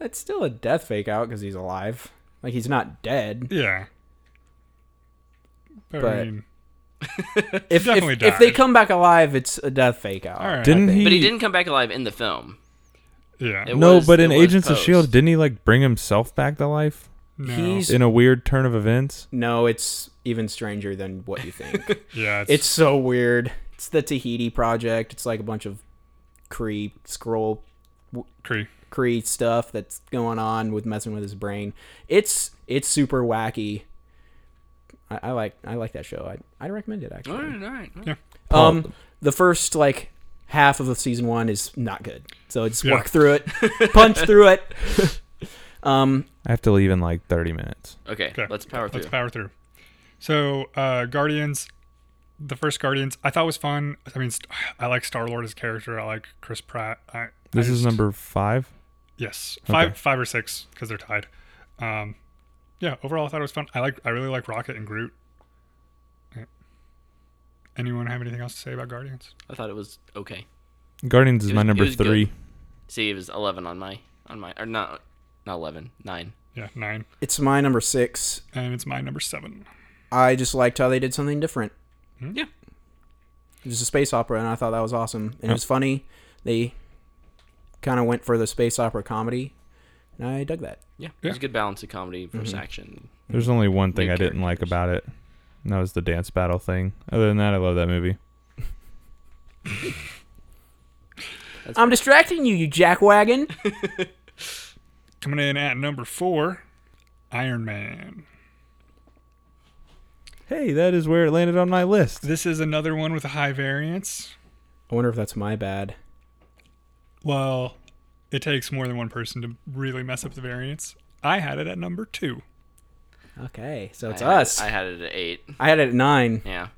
It's still a death fake out because he's alive. Like he's not dead. Yeah. But, I But- mean, If if, definitely if they died. come back alive, it's a death fake out. all right. Didn't he? but he didn't come back alive in the film. Yeah. It No, was- but it in was Agents of post. Shield, E didn't he like bring himself back to life No. He's in a weird turn of events? no, it's even stranger than what you think. yeah. It's, it's so weird. It's the Tahiti project. It's like a bunch of Cree scroll Cree. Cree stuff that's going on with messing with his brain. It's it's super wacky. I, I like I like that show. I I recommend it actually. All right, all right. all right. Yeah. Um, the first like half of season one is not good, so just work Yeah. through it, punch through it. um, I have to leave in like 30 minutes. Okay, Okay. let's power through. Let's power through. So, uh, Guardians, the first Guardians, I thought was fun. I mean, st- I like Star Lord as character. I like Chris Pratt. I, I This is just- number five. yes, five, Okay. five or six because they're tied. Um, yeah. Overall, I thought it was fun. I like. I really like Rocket and Groot. Yeah. Anyone have anything else to say about Guardians? I thought it was okay. Guardians is It my was- it number was good. three. See, it was eleven on my on my or not not eleven nine. Yeah, nine, it's my number six. and it's my number seven. I just liked how they did something different. Hmm. Yeah. It was a space opera, and I thought that was awesome. And it was funny. They kind of went for the space opera comedy, and I dug that. Yeah, Yeah. it was a good balance of comedy versus action. There's only one thing New I didn't like Mm-hmm. characters. about it, and that was the dance battle thing. Other than that, I love that movie. I'm distracting you, you jackwagon. Coming in at number four, Iron Man. Hey, that is where it landed on my list. This is another one with a high variance. I wonder if that's my bad. Well, it takes more than one person to really mess up the variance. I had it at number two. Okay, so it's I had- us. I had it at eight. I had it at nine. Yeah.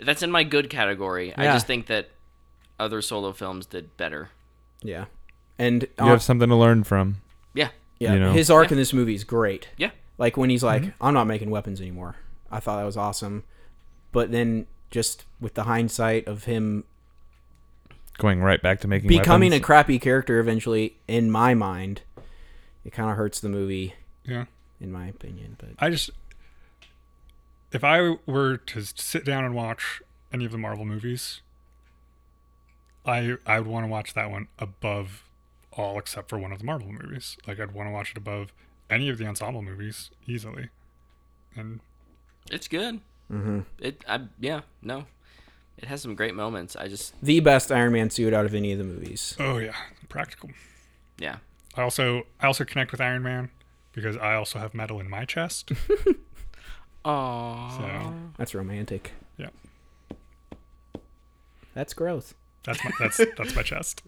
That's in my good category. I Yeah. just think that other solo films did better. Yeah, and You uh, have something to learn from. Yeah. yeah, you know. his arc in this movie is great. Yeah. Like when he's like, "I'm not making weapons anymore." I thought that was awesome, but then just with the hindsight of him Going right back to making becoming a weapons. crappy character eventually, in my mind, it kind of hurts the movie, Yeah. in my opinion. But I just, if I were to s- sit down and watch any of the Marvel movies, I I would want to watch that one above all except for one of the Marvel movies. Like I'd want to watch it above any of the ensemble movies easily. And It's good. Mm-hmm. It I yeah, no. It has some great moments. I just the best Iron Man suit out of any of the movies. oh yeah, practical. yeah. I also I also connect with Iron Man because I also have metal in my chest. Aww. So That's romantic. yeah, That's growth. that's my that's that's my chest.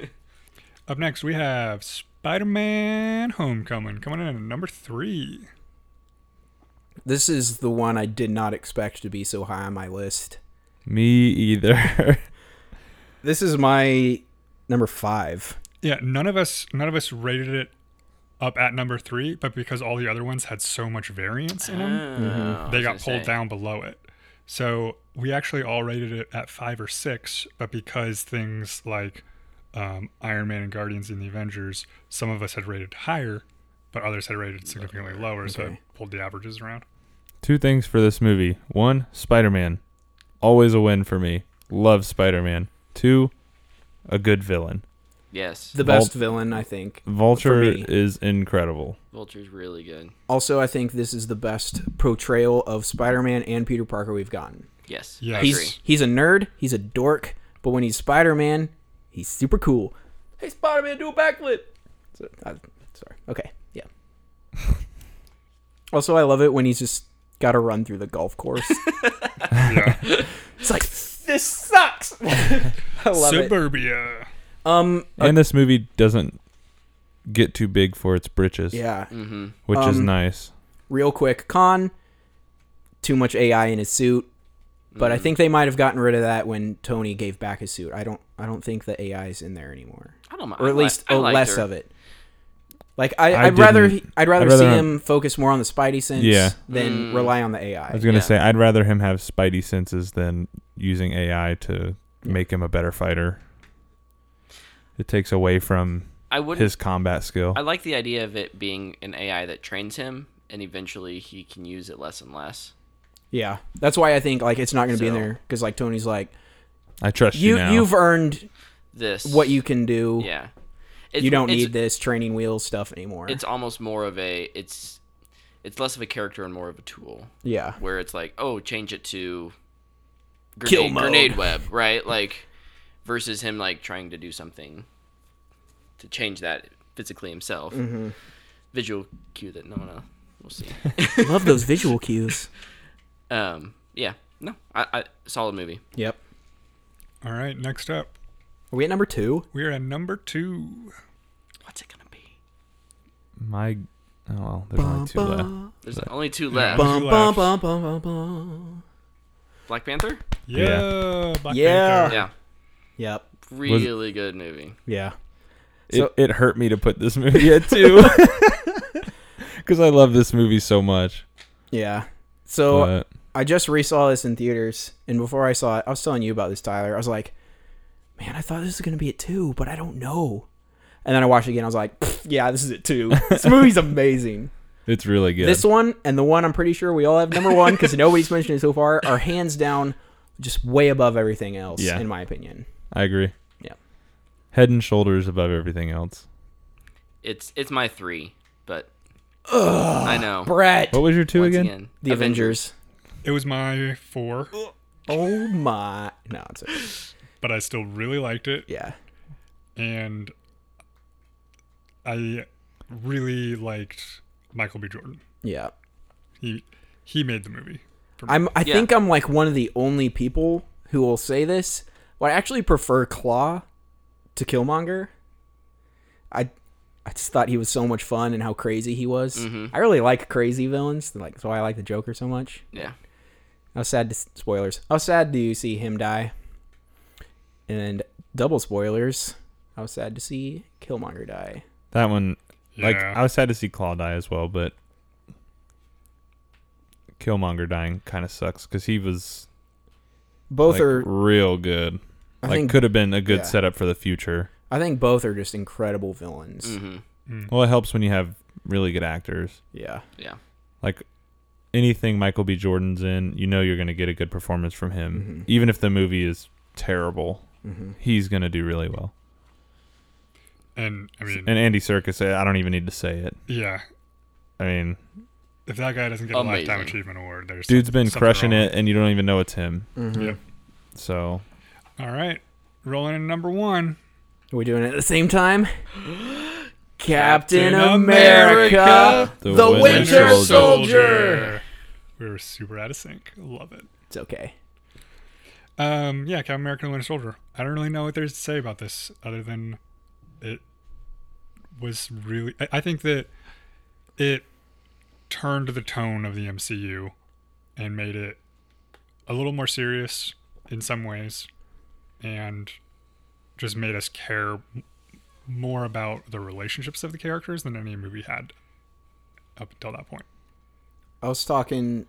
Up next we have Spider-Man: Homecoming coming in at number three. This is the one I did not expect to be so high on my list. Me either. This is my number five. Yeah, none of us none of us rated it up at number three, but because all the other ones had so much variance in them, Oh, they I got was pulled gonna say. down below it. So we actually all rated it at five or six, but because things like um, Iron Man and Guardians and the Avengers, some of us had rated higher, but others had rated significantly lower, so it Okay. pulled the averages around. Two things for this movie. One, Spider Man. Always a win for me. Love Spider Man. Two, a good villain. Yes. The Vul- best villain, I think. Vulture me. is incredible. Vulture's really good. Also, I think this is the best portrayal of Spider-Man and Peter Parker we've gotten. Yes. Yes. I He's agree. he's a nerd, he's a dork, but when he's Spider-Man, he's super cool. Hey, Spider-Man, do a backflip. So, I, sorry. Okay. Yeah. also, I love it when he's just got to run through the golf course. Yeah. it's like this sucks. I love it. Suburbia. Um. and this movie doesn't get too big for its britches, Yeah. Mm-hmm. which is Um, nice. real quick con too much ai in his suit but i think they might have gotten rid of that when tony gave back his suit i don't i don't think the ai is in there anymore I don't mind. or at least I oh, liked less her. of it Like I, I I would rather didn't- he- I'd rather I'd rather see not- him focus more on the Spidey sense Yeah. than Mm. rely on the I was AI. gonna Yeah. say I'd rather him have Spidey senses than using AI to make him a better fighter. It takes away from I wouldn't. his combat skill. I like the idea of it being an AI that trains him, and eventually he can use it less and less. Yeah, that's why I think like it's not going to be in So- there because like Tony's like I trust you, you now. you've earned This what you can do. yeah, It's- you don't it's- need this training wheels stuff anymore. It's almost more of a it's it's less of a character and more of a tool. yeah, Where it's like oh change it to grenade, Kill mode. grenade web right like versus him like trying to do something to change that physically himself. Mm-hmm. Visual cue that no one else will see. love those visual cues. um, yeah, no, I, I solid movie. Yep. All right, next up, Are we at number two? we are at number two. What's it gonna be? My oh well, there's only two left. There's only two left. Bum. left. bum, bum, bum, bum. Black Panther. Yeah, Black Yeah. Panther. Yeah, Yep. really good movie. Yeah. It, So- it hurt me to put this movie at two because I love this movie so much. Yeah. So uh, But I just resaw this in theaters, and before I saw it, I was telling you about this, Tyler. I was like, man, I thought this was gonna be at two, but I don't know. And then I watched it again. I was like, "Pfft, yeah, this is it too. This movie's amazing. it's really good. This one and the one I'm pretty sure we all have number one because nobody's mentioned it so far are hands down just way above everything else, Yeah. in my opinion. I agree. Yeah. Head and shoulders above everything else. It's it's my three, but I know. Brett, What was your two Once again? the Avengers. It was my four, Oh my! No, it's okay. but I still really liked it. yeah, and I really liked Michael B. Jordan. yeah. He he made the movie. for me. I'm. I Yeah. think I'm like one of the only people who will say this. Well, I actually prefer Claw to Killmonger. I, I just thought he was so much fun and how crazy he was. I really like crazy villains. Like that's why I like the Joker so much. Yeah. I was sad to spoilers. I was sad to see him die. And double spoilers. I was sad to see Killmonger die. That one, like, Yeah. I was sad to see Claw die as well, but Killmonger dying kind of sucks because he was Both like, are. real good. like, think- could have been a good yeah. setup for the future. I think both are just incredible villains. hmm Mm. Well, it helps when you have really good actors. Yeah. Yeah. Like anything Michael B. Jordan's in, you know you're going to get a good performance from him, Mm-hmm. even if the movie is terrible. He's going to do really well. and I mean, And Andy Serkis, I don't even need to say it. yeah. I mean, If that guy doesn't get a lifetime Amazing. achievement award, there's dude's some- been something crushing wrong. it, and you don't even know it's him. Mm-hmm. Yep. So All right, rolling in number one. Are we doing it at the same time? Captain Captain America, America, the, the Winter, Winter Soldier. Soldier. We were super out of sync. Love it. It's okay. Um, yeah, Captain America and the Winter Soldier. I don't really know what there's to say about this other than it was really. I, I think that it turned the tone of the MCU and made it a little more serious in some ways and just made us care m- more about the relationships of the characters than any movie had up until that point. I was talking.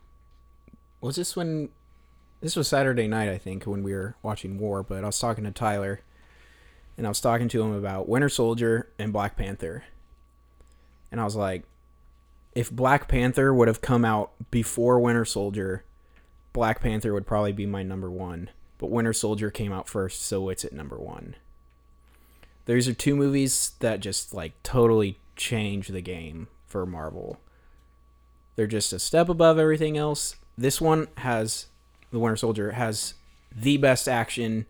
Was this when? This was Saturday night, I think, when we were watching War. But I was talking to Tyler, and I was talking to him about Winter Soldier and Black Panther, and I was like, if Black Panther would have come out before Winter Soldier, Black Panther would probably be my number one. But Winter Soldier came out first, so it's at number one. These are two movies that just like totally change the game for Marvel. They're just a step above everything else. This one has the Winter Soldier has the best action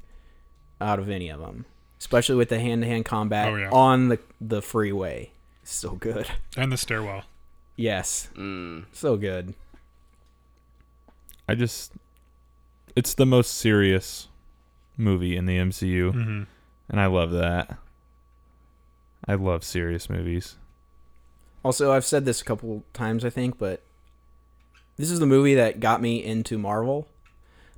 out of any of them, especially with the hand-to-hand combat Oh, yeah. on the the freeway. So good. And the stairwell. Yes, Mm. so good. I just, it's the most serious movie in the MCU, Mm-hmm. and I love that. I love serious movies. Also, I've said this a couple times, I think, but this is the movie that got me into Marvel.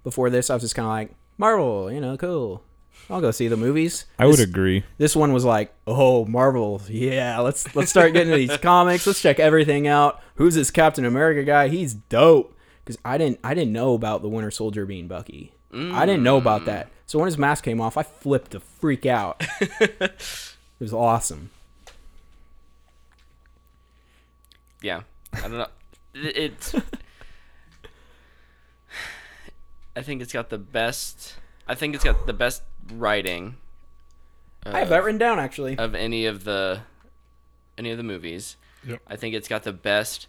Before this, I was just kind of like, Marvel, you know, cool. I'll go see the movies. I would This- agree. This one was like, oh, Marvel, yeah, let's let's start getting to these comics. Let's check everything out. Who's this Captain America guy? He's dope. Because I didn't I didn't know about the Winter Soldier being Bucky. I didn't know about that. So when his mask came off, I flipped the freak out. it was awesome. yeah i don't know It- it's i think it's got the best i think it's got the best writing I have that written down actually. of any of the any of the movies Yep. i think it's got the best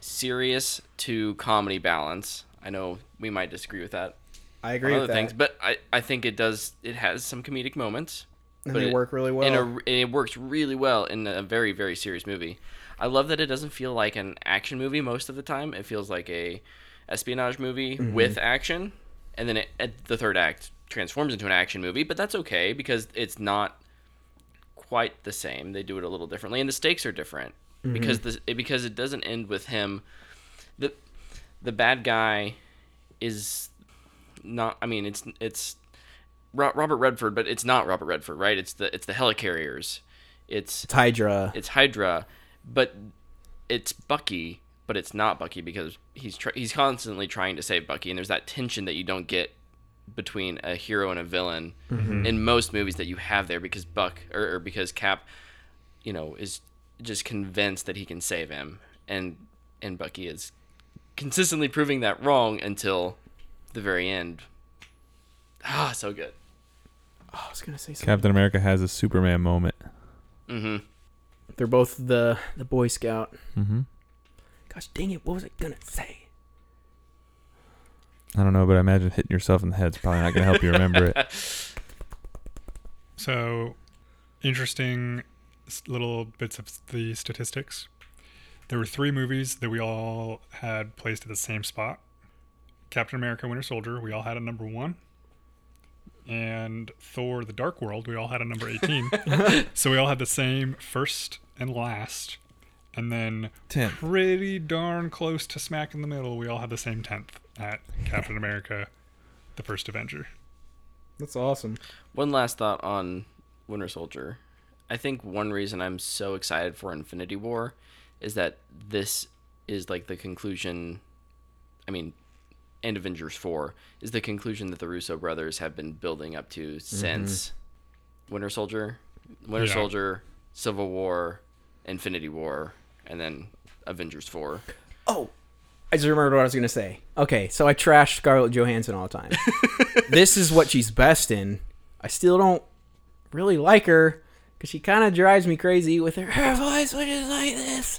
serious to comedy balance i know we might disagree with that I on agree other with that. things but I, I think it does it has some comedic moments and but they it- work really well. in a, and it works really well in a very very serious movie. I love that it doesn't feel like an action movie most of the time. It feels like a espionage movie with action, and then it, at the third act transforms into an action movie. But that's okay because it's not quite the same. They do it a little differently, and the stakes are different because the it, because it doesn't end with him. the The bad guy is not. I mean, it's it's Ro- Robert Redford, but it's not Robert Redford, right? It's the it's the helicarriers, it's it's Hydra. it's Hydra, but it's Bucky, but it's not Bucky because he's tr- he's constantly trying to save Bucky, and there's that tension that you don't get between a hero and a villain in most movies that you have there because Buck or, or because Cap, you know, is just convinced that he can save him, and and Bucky is consistently proving that wrong until the very end. Ah, so good. oh, I was gonna say something. Captain America has a Superman moment. Mm-hmm. They're both the the Boy Scout. Mm-hmm. Gosh dang it! What was I gonna say? I don't know, but I imagine hitting yourself in the head's probably not going to help you remember it. So, interesting s- little bits of the statistics. There were three movies that we all had placed at the same spot Captain America Winter Soldier, we all had a number one. And Thor the Dark World, we all had a number 18. so, we all had the same first and last. And then, Tenth. pretty darn close to smack in the middle, we all had the same 10th at Captain America, the first Avenger. That's awesome. One last thought on Winter Soldier. I think one reason I'm so excited for Infinity War is that this is like the conclusion. I mean, and Avengers 4 is the conclusion that the Russo brothers have been building up to since Winter Soldier, Winter Yeah. Soldier, Civil War, Infinity War, and then Avengers 4. Oh, I just remembered what I was gonna say. Okay, so I trashed Scarlett Johansson all the time. this is what she's best in. I still don't really like her because she kind of drives me crazy with her, her voice, which is like this.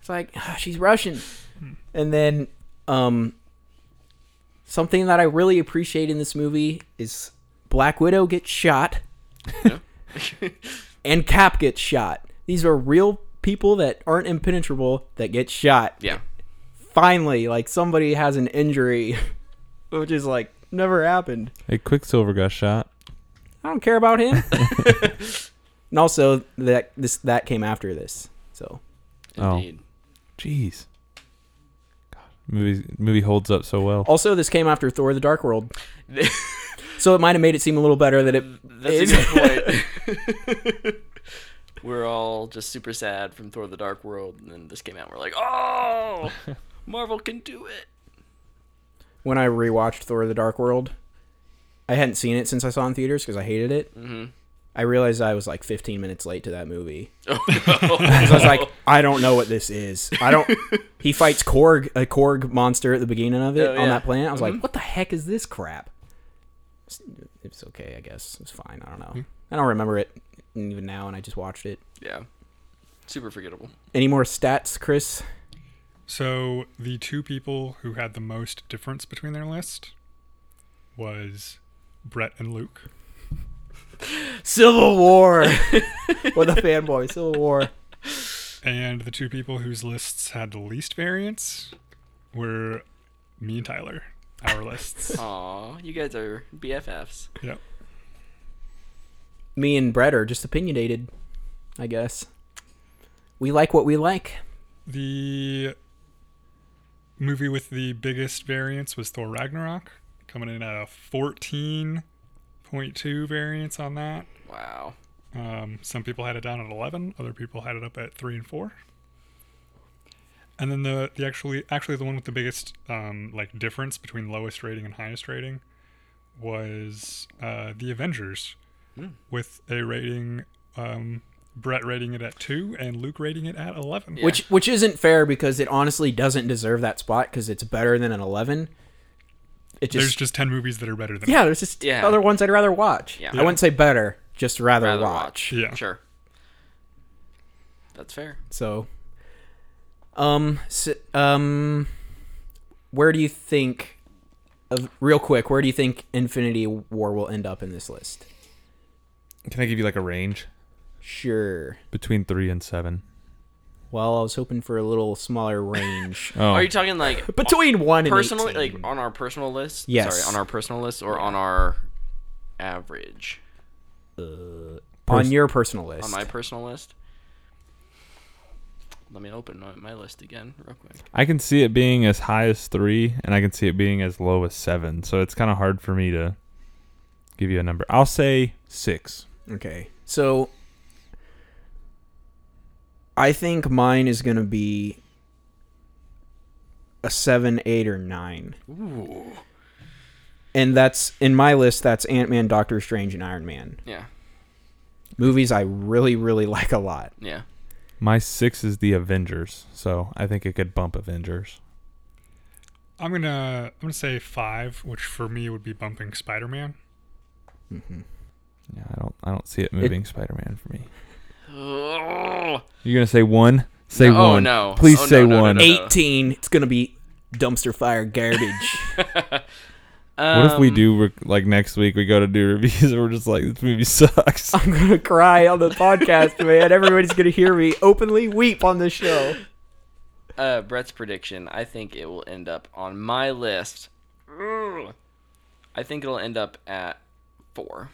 It's like ah, she's Russian. And then, um, something that I really appreciate in this movie is Black Widow gets shot and Cap gets shot. These are real people that aren't impenetrable that get shot yeah. finally, like somebody has an injury, which is like never happened. Hey, Quicksilver got shot. I don't care about him. and also that this that came after this, so Oh. Indeed. Jeez. God, movie movie holds up so well. also this came after Thor: The Dark World. So it might have made it seem a little better that it. That's is. a good point. we're all just super sad from Thor: The Dark World, and then this came out. and We're like, oh, Marvel can do it. when I rewatched Thor: The Dark World, I hadn't seen it since I saw it in theaters because I hated it. Mm-hmm. I realized I was like 15 minutes late to that movie. Oh, So I was like, I don't know what this is. I don't. He fights Korg, a Korg monster at the beginning of it Oh, on yeah. that planet. I was like, what the heck is this crap? It's- It's okay, I guess. It's fine. I don't know. Mm-hmm. I don't remember it even now, and I just watched it. yeah, super forgettable. Any more stats, Chris? So the two people who had the most difference between their list was Brett and Luke. Civil War. With a fanboy, Civil War. And the two people whose lists had the least variance were me and Tyler. Our lists. Aw, you guys are BFFs. yep. Me and Brett are just opinionated, I guess. We like what we like. The movie with the biggest variance was Thor Ragnarok, coming in at a 14.6 8.2 variance on that. Wow. Um, some people had it down at 11, other people had it up at 3 and 4. And then the, the actually actually the one with the biggest um, like difference between lowest rating and highest rating was uh, the Avengers Hmm. with a rating um, Brett rating it at 2 and Luke rating it at 11. Yeah. Which which isn't fair because it honestly doesn't deserve that spot because it's better than an eleven. It There's just, just 10 movies that are better than yeah, there's just Yeah. other ones I'd rather watch. Yeah. I wouldn't say better, just rather, Rather watch. watch. it. Yeah. Sure. That's fair. So, um, s um, where do you think? Of, real quick, where do you think Infinity War will end up in this list? Can I give you like a range Sure. between three and seven? Well, I was hoping for a little smaller range. Oh, Are you talking like Between one and personally, 18. like on our personal list? Yes. Sorry, on our personal list or on our average? on your personal list. On my personal list. Let me open my, my list again real quick. I can see it being as high as three, and I can see it being as low as seven. So it's kind of hard for me to give you a number. I'll say six. Okay. So I think mine is going to be a 7, 8 or 9. Ooh. And that's in my list that's Ant-Man, Doctor Strange and Iron Man. Yeah. Movies I really really like a lot. Yeah. My six is the Avengers, so I think it could bump Avengers. I'm going to I'm going to say 5, which for me would be bumping Spider-Man. Yeah, I don't, I don't see it moving Spider-Man for me. Oh, You're gonna say one? Say No, oh, one. no. Please Oh, no, say no, no, one. no. 18, it's going to be dumpster fire garbage. What if Um, we do re- like next week? We go to do reviews, and we're just like, this movie sucks. I'm going to cry on the podcast, man. Everybody's going to hear me openly weep on this show. uh, Brett's prediction. I think it will end up on my list. Ugh. I think it'll end up at four.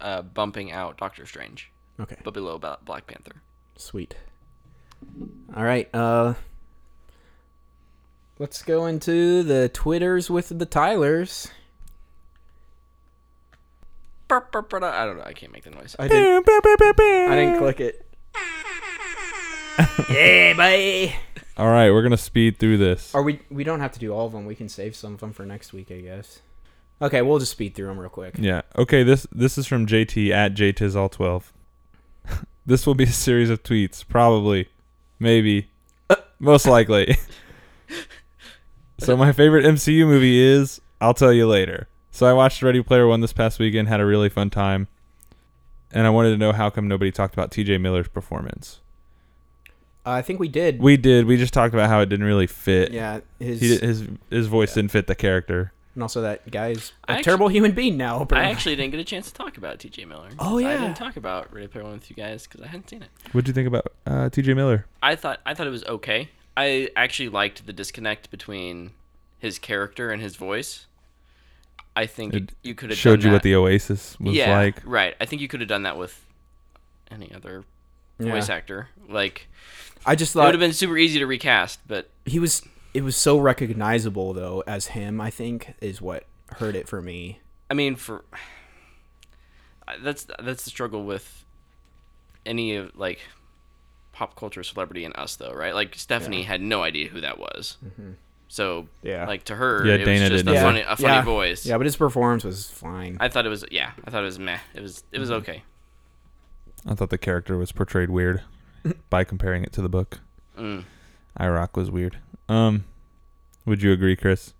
Uh, bumping out Doctor Strange, Okay. but below Ba- Black Panther. Sweet. All right. Uh, let's go into the Twitters with the Tylers. Brr, brr, brr, I don't know. I can't make the noise. I didn't, I didn't click it. yeah, buddy. All right, we're gonna speed through this. Are we? We don't have to do all of them. We can save some of them for next week, I guess. Okay, we'll just speed through them real quick. Uh, Yeah. Okay. This this is from JT at JTizAll12. this will be a series of tweets, probably, maybe, most likely. so my favorite MCU movie is I'll tell you later. So I watched Ready Player One this past weekend, had a really fun time, and I wanted to know how come nobody talked about T.J. Miller's performance. I think we did. We did. We just talked about how it didn't really fit. yeah, his He, his his voice didn't fit the character. and also that guy's a I actu- terrible human being now. I apparently. actually didn't get a chance to talk about T.J. Miller. Oh, I yeah. didn't talk about Ready Player One with you guys because I hadn't seen it. What'd you think about uh, T.J. Miller? I thought I thought it was okay. I actually liked the disconnect between his character and his voice. I think It you could have Showed done you what that- the Oasis was yeah, like. right. I think you could have done that with any other Yeah. voice actor. Like I just it thought would have been super easy to recast, but he was it was so recognizable though as him i think is what hurt it for me I mean, for I- that's that's the struggle with any of like pop culture celebrity and us though, right? Like Stephanie had no idea who that was, so Yeah. like to her, Yeah, it Dana was just a didn't know. funny, a funny Yeah. voice. yeah but his performance was fine I thought it was yeah, I thought it was meh. It was it was Mm-hmm. okay. I thought the character was portrayed weird by comparing it to the book. Mm. Iraq was weird. Um, would you agree, Chris?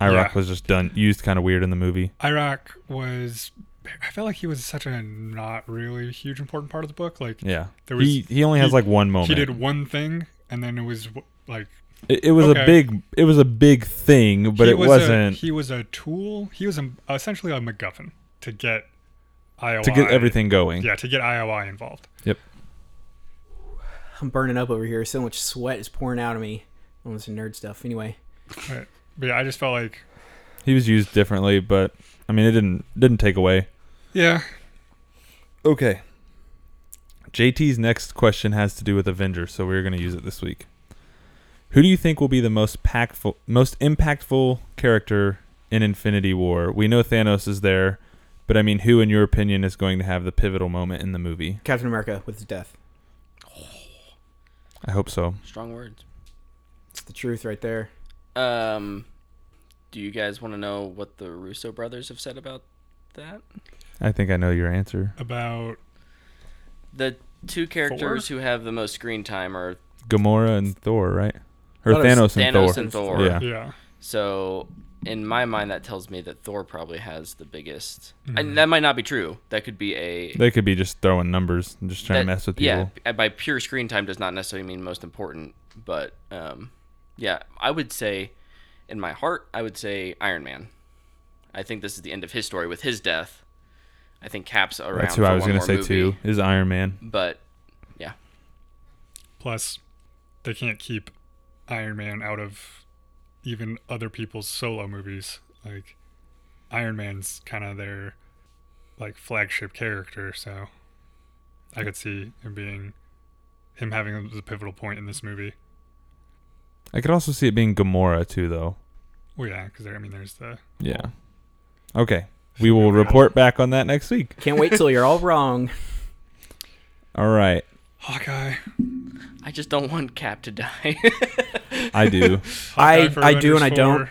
Iraq Yeah. was just done used kind of weird in the movie. Iraq was. I felt like he was such a not really huge important part of the book. Like Yeah, There was- he he only has he- like one moment. he did one thing, and then it was like. it, it was a okay. big it was a big thing, but he it was wasn't A, he was a tool. He was a, essentially a MacGuffin to get IOI. to get everything going. Yeah, to get IOI involved. Yep. i'm burning up over here so much sweat is pouring out of me all this nerd stuff anyway But, but yeah, I just felt like He was used differently, but I mean, it didn't didn't take away. yeah, Okay. JT's next question has to do with Avengers, so we're going to use it this week. Who do you think will be the most impactful, most impactful character in Infinity War. We know Thanos is there, but I mean, who, in your opinion, is going to have the pivotal moment in the movie? Captain America with his death. I hope so. Strong words. It's the truth right there. Um, do you guys want to know what the Russo brothers have said about that? I think I know your answer. About The two characters who have the most screen time are Gamora and Thor, right? Or Thought it was Thanos, and, Thanos Thor. and Thor. Yeah. yeah, so. In my mind, that tells me that Thor probably has the biggest. And that might not be true. That could be a They could be just throwing numbers and just trying to that- mess with people. Yeah, b- by pure screen time does not necessarily mean most important, but um, yeah, I would say, in my heart, I would say Iron Man. I think this is the end of his story with his death. I think Cap's around. That's who I was going gonna to say too. Is Iron Man. But yeah, plus they can't keep Iron Man out of even other people's solo movies. Like Iron Man's kind of their like flagship character, so I could see him being him having the pivotal point in this movie. I could also see it being Gamora too, though. Well, yeah, because I mean, there's the Yeah. Okay. We will report back on that next week. Can't wait till you're all wrong. All right. Hawkeye. I just don't want Cap to die. I do. I- Hawkeye for I do and I Avengers don't. 4.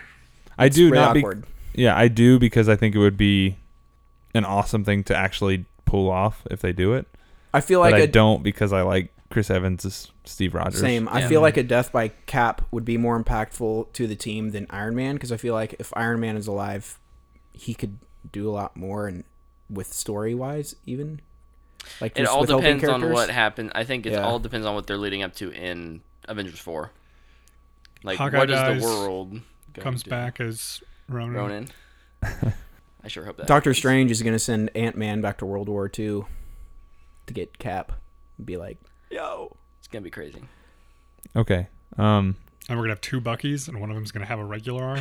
I do Really not be, awkward. Yeah, I do because I think it would be an awesome thing to actually pull off if they do it. I feel like but I a don't because I like Chris Evans, as Steve Rogers. Same. I Yeah. feel like a death by Cap would be more impactful to the team than Iron Man because I feel like if Iron Man is alive, he could do a lot more and with story wise even. Like it just all with helping depends on characters. what happens. I think it Yeah. all depends on what they're leading up to in Avengers Four. Like, Hawkeye what is dies, the world going comes to- back as Ronan. Ronan. I sure hope that Doctor happens. Strange is gonna send Ant Man back to World War II to get Cap and be like, "Yo, It's gonna be crazy. Okay. Um, And we're gonna have two Buckies, and one of them's gonna have a regular arm.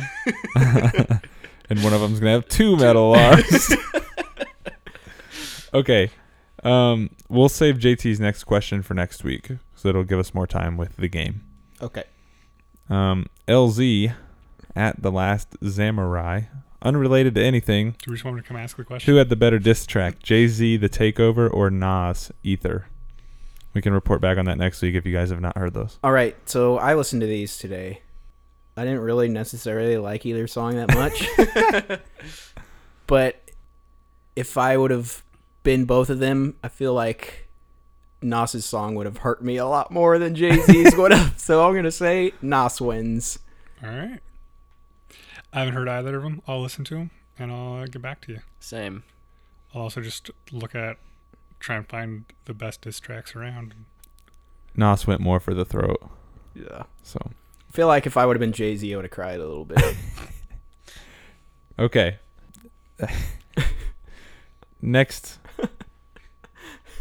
and one of them's gonna have two metal arms. okay. Um, we'll save JT's next question for next week, so it'll give us more time with the game. okay." Um, LZ at the last Samurai, unrelated to anything. do we just want him to come ask the question? Who had the better diss track, Jay Z, The Takeover, or Nas, Ether? We can report back on that next week if you guys have not heard those. All right, so I listened to these today. I didn't really necessarily like either song that much. but if I would have been both of them, I feel like Nas's song would have hurt me a lot more than Jay Z's would have. So I'm going to say Nas wins. All right. I haven't heard either of them. I'll listen to them, and I'll uh, get back to you. Same. I'll also just look at, try and find the best diss tracks around. Nas went more for the throat, Yeah. so I feel like if I would have been Jay Z, I would have cried a little bit. okay. next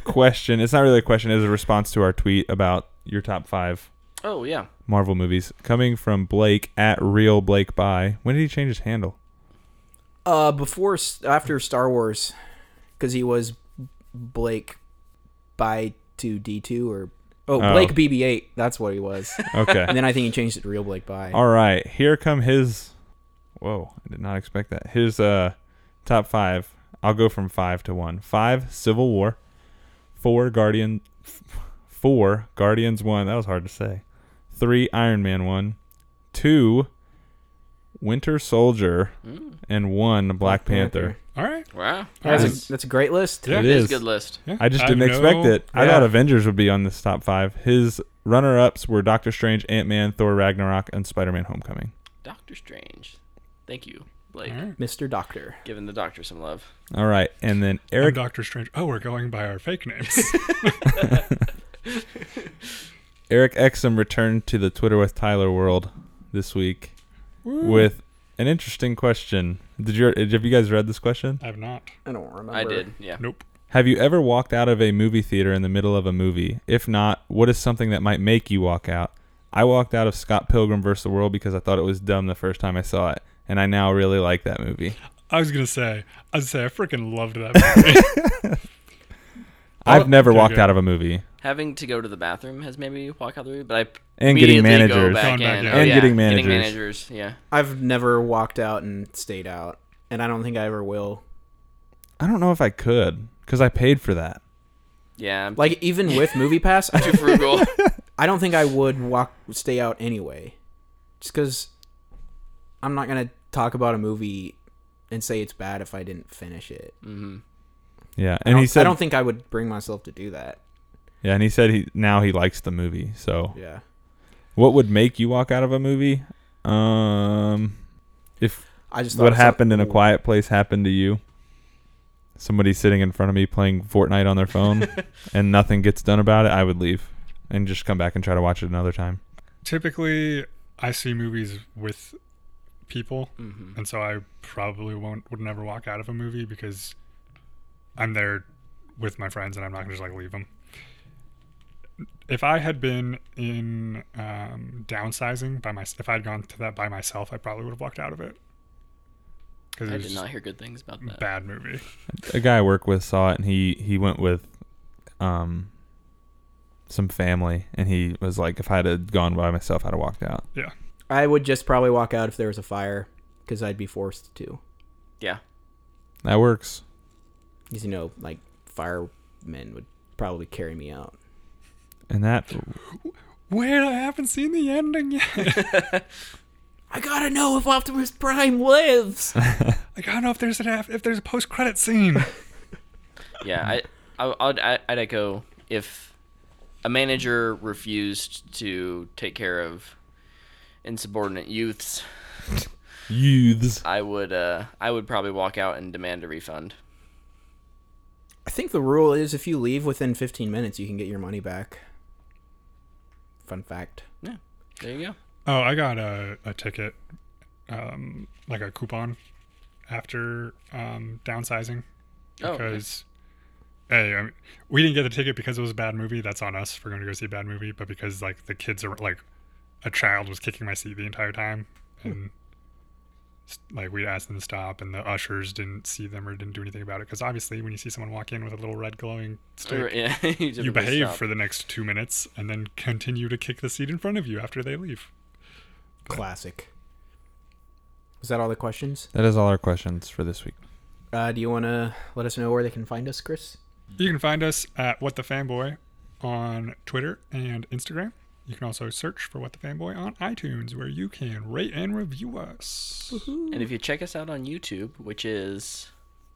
question. It's not really a question. It's a response to our tweet about your top five Oh yeah. Marvel movies coming from Blake at Real Blake By. When did he change his handle? uh, before, after Star Wars, because he was Blake by 2D2 or. Oh, Oh. Blake BB8. That's what he was. Okay. And then I think he changed it to Real Blake By. All right, here come his. Whoa, I did not expect that. His uh, top five. I'll go from five to one. Five, Civil War. Four, Guardian. f- Four, Guardians one. That was hard to say. Three, Iron Man one. Two, Winter Soldier, Hmm. and one, Black Panther. All right. Wow. That's, Nice. a, that's a great list. Yeah. It It is a is. good list. Yeah, I just have didn't expect no- it. I yeah. thought Avengers would be on this top five. His runner-ups were Doctor Strange, Ant Man, Thor Ragnarok, and Spider-Man: Homecoming. Doctor Strange. Thank you, Blake. All right. Mr. Doctor. Giving the doctor some love. All right, and then Eric, Eric Doctor Strange. Oh, we're going by our fake names. Eric Exum returned to the Twitter with Tyler world this week with an interesting question. Did you have you guys read this question? I have not. I don't remember. I did. Yeah. Nope. Have you ever walked out of a movie theater in the middle of a movie? If not, what is something that might make you walk out? I walked out of Scott Pilgrim vs. the World because I thought it was dumb the first time I saw it, and I now really like that movie. I was gonna say. I was gonna say. I freaking loved that movie. I've never Okay, walked good. Oh, out of a movie. Having to go to the bathroom has made me walk out the room, but I and getting Immediately managers. Go back Going back in. in. Oh, And yeah, getting managers. Getting managers. Yeah. I've never walked out and stayed out, and I don't think I ever will. I don't know if I could because I paid for that. Yeah. I'm Like even with Movie Pass, I, too frugal. I don't think I would walk stay out anyway, just because I'm not gonna talk about a movie and say it's bad if I didn't finish it. Mm-hmm, Yeah, I and don't- he said, I don't think I would bring myself to do that. yeah, and he said he now he likes the movie. So Yeah. what would make you walk out of a movie? Um, if I just thought what of something happened in a cool. quiet place happened to you. Somebody sitting in front of me playing Fortnite on their phone, and nothing gets done about it. I would leave and just come back and try to watch it another time. Typically, I see movies with people, mm-hmm. and so I probably won't would never walk out of a movie because I'm there with my friends, and I'm not gonna just like leave them. If I had been in um, downsizing by my, if I had gone to that by myself, I probably would have walked out of it because I it was did just not hear good things about a that. bad movie. a guy I work with saw it, and he he went with, um, some family, and he was like, if I had gone by myself, I'd have walked out. Yeah, I would just probably walk out if there was a fire, because I'd be forced to. Yeah. That works. Because you know, like firemen would probably carry me out. And that wait, I haven't seen the ending yet. I gotta know if Optimus Prime lives. like I don't know if there's an af- if there's a post credit scene. Yeah. I, I I'd, I'd echo if a manager refused to take care of insubordinate youths, youths. I would uh I would probably walk out and demand a refund. I think the rule is if you leave within 15 minutes, you can get your money back. Fun fact. Yeah. There you go. Oh, I got a, a ticket, um, like a coupon after um, downsizing Oh, okay. because hey, I mean, we didn't get the ticket because it was a bad movie. That's on us for going to go see a bad movie, but because like the kids are like a child was kicking my seat the entire time Hmm. and s- like we asked them to stop and the ushers didn't see them or didn't do anything about it because obviously when you see someone walk in with a little red glowing stick Yeah, you typically behave stop. for the next two minutes and then continue to kick the seat in front of you after they leave Classic. Is that all the questions? That is all our questions for this week. Uh, do you want to let us know where they can find us, Chris? You can find us at What the Fanboy on Twitter and Instagram. You can also search for What the Fanboy on iTunes, where you can rate and review us. And if you check us out on YouTube, which is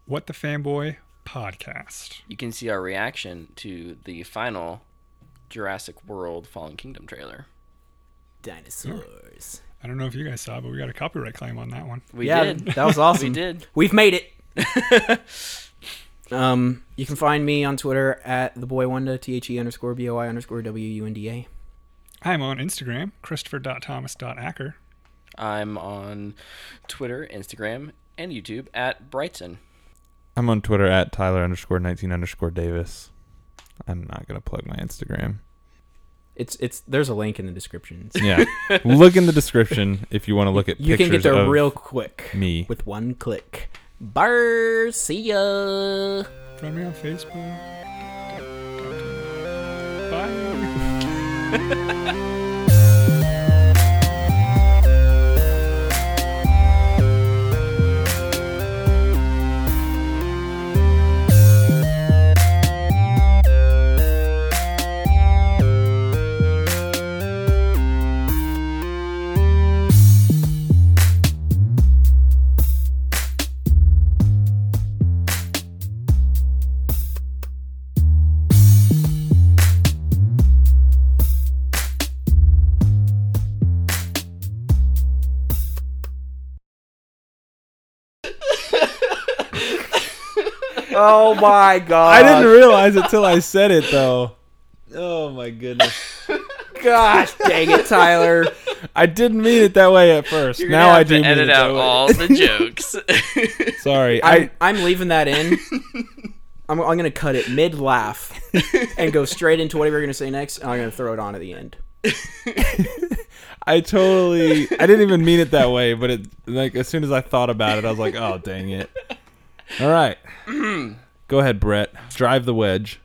What the Fanboy podcast. you can see our reaction to the final Jurassic World Fallen Kingdom trailer. Dinosaurs. I don't know if you guys saw, but we got a copyright claim on that one. We yeah, did. that was awesome. We did. We've made it. um, you can find me on Twitter at the boy wunda t h e underscore b o i underscore w u n d a. I'm on Instagram, christopher.thomas.acker. I'm on Twitter, Instagram, and YouTube at Brighton. I'm on Twitter at Tyler underscore nineteen underscore Davis. I'm not gonna plug my Instagram. It's it's there's a link in the description. So Yeah, look in the description if you want to look at you can pictures get there of real quick me. with one click. Bar, see ya. Find me on Facebook. Bye. Oh my god. I didn't realize it till I said it though. Oh my goodness. Gosh dang it, Tyler. I didn't mean it that way at 1st You're gonna now have I do to mean edit it that out way. all the jokes. Sorry. I'm, I I'm leaving that in. I'm, I'm going to cut it mid laugh and go straight into whatever you're going to say next, and I'm going to throw it on at the end. I totally I didn't even mean it that way, but it like as soon as I thought about it, I was like, "Oh, dang it." All right. Go ahead, Brett. Drive the wedge.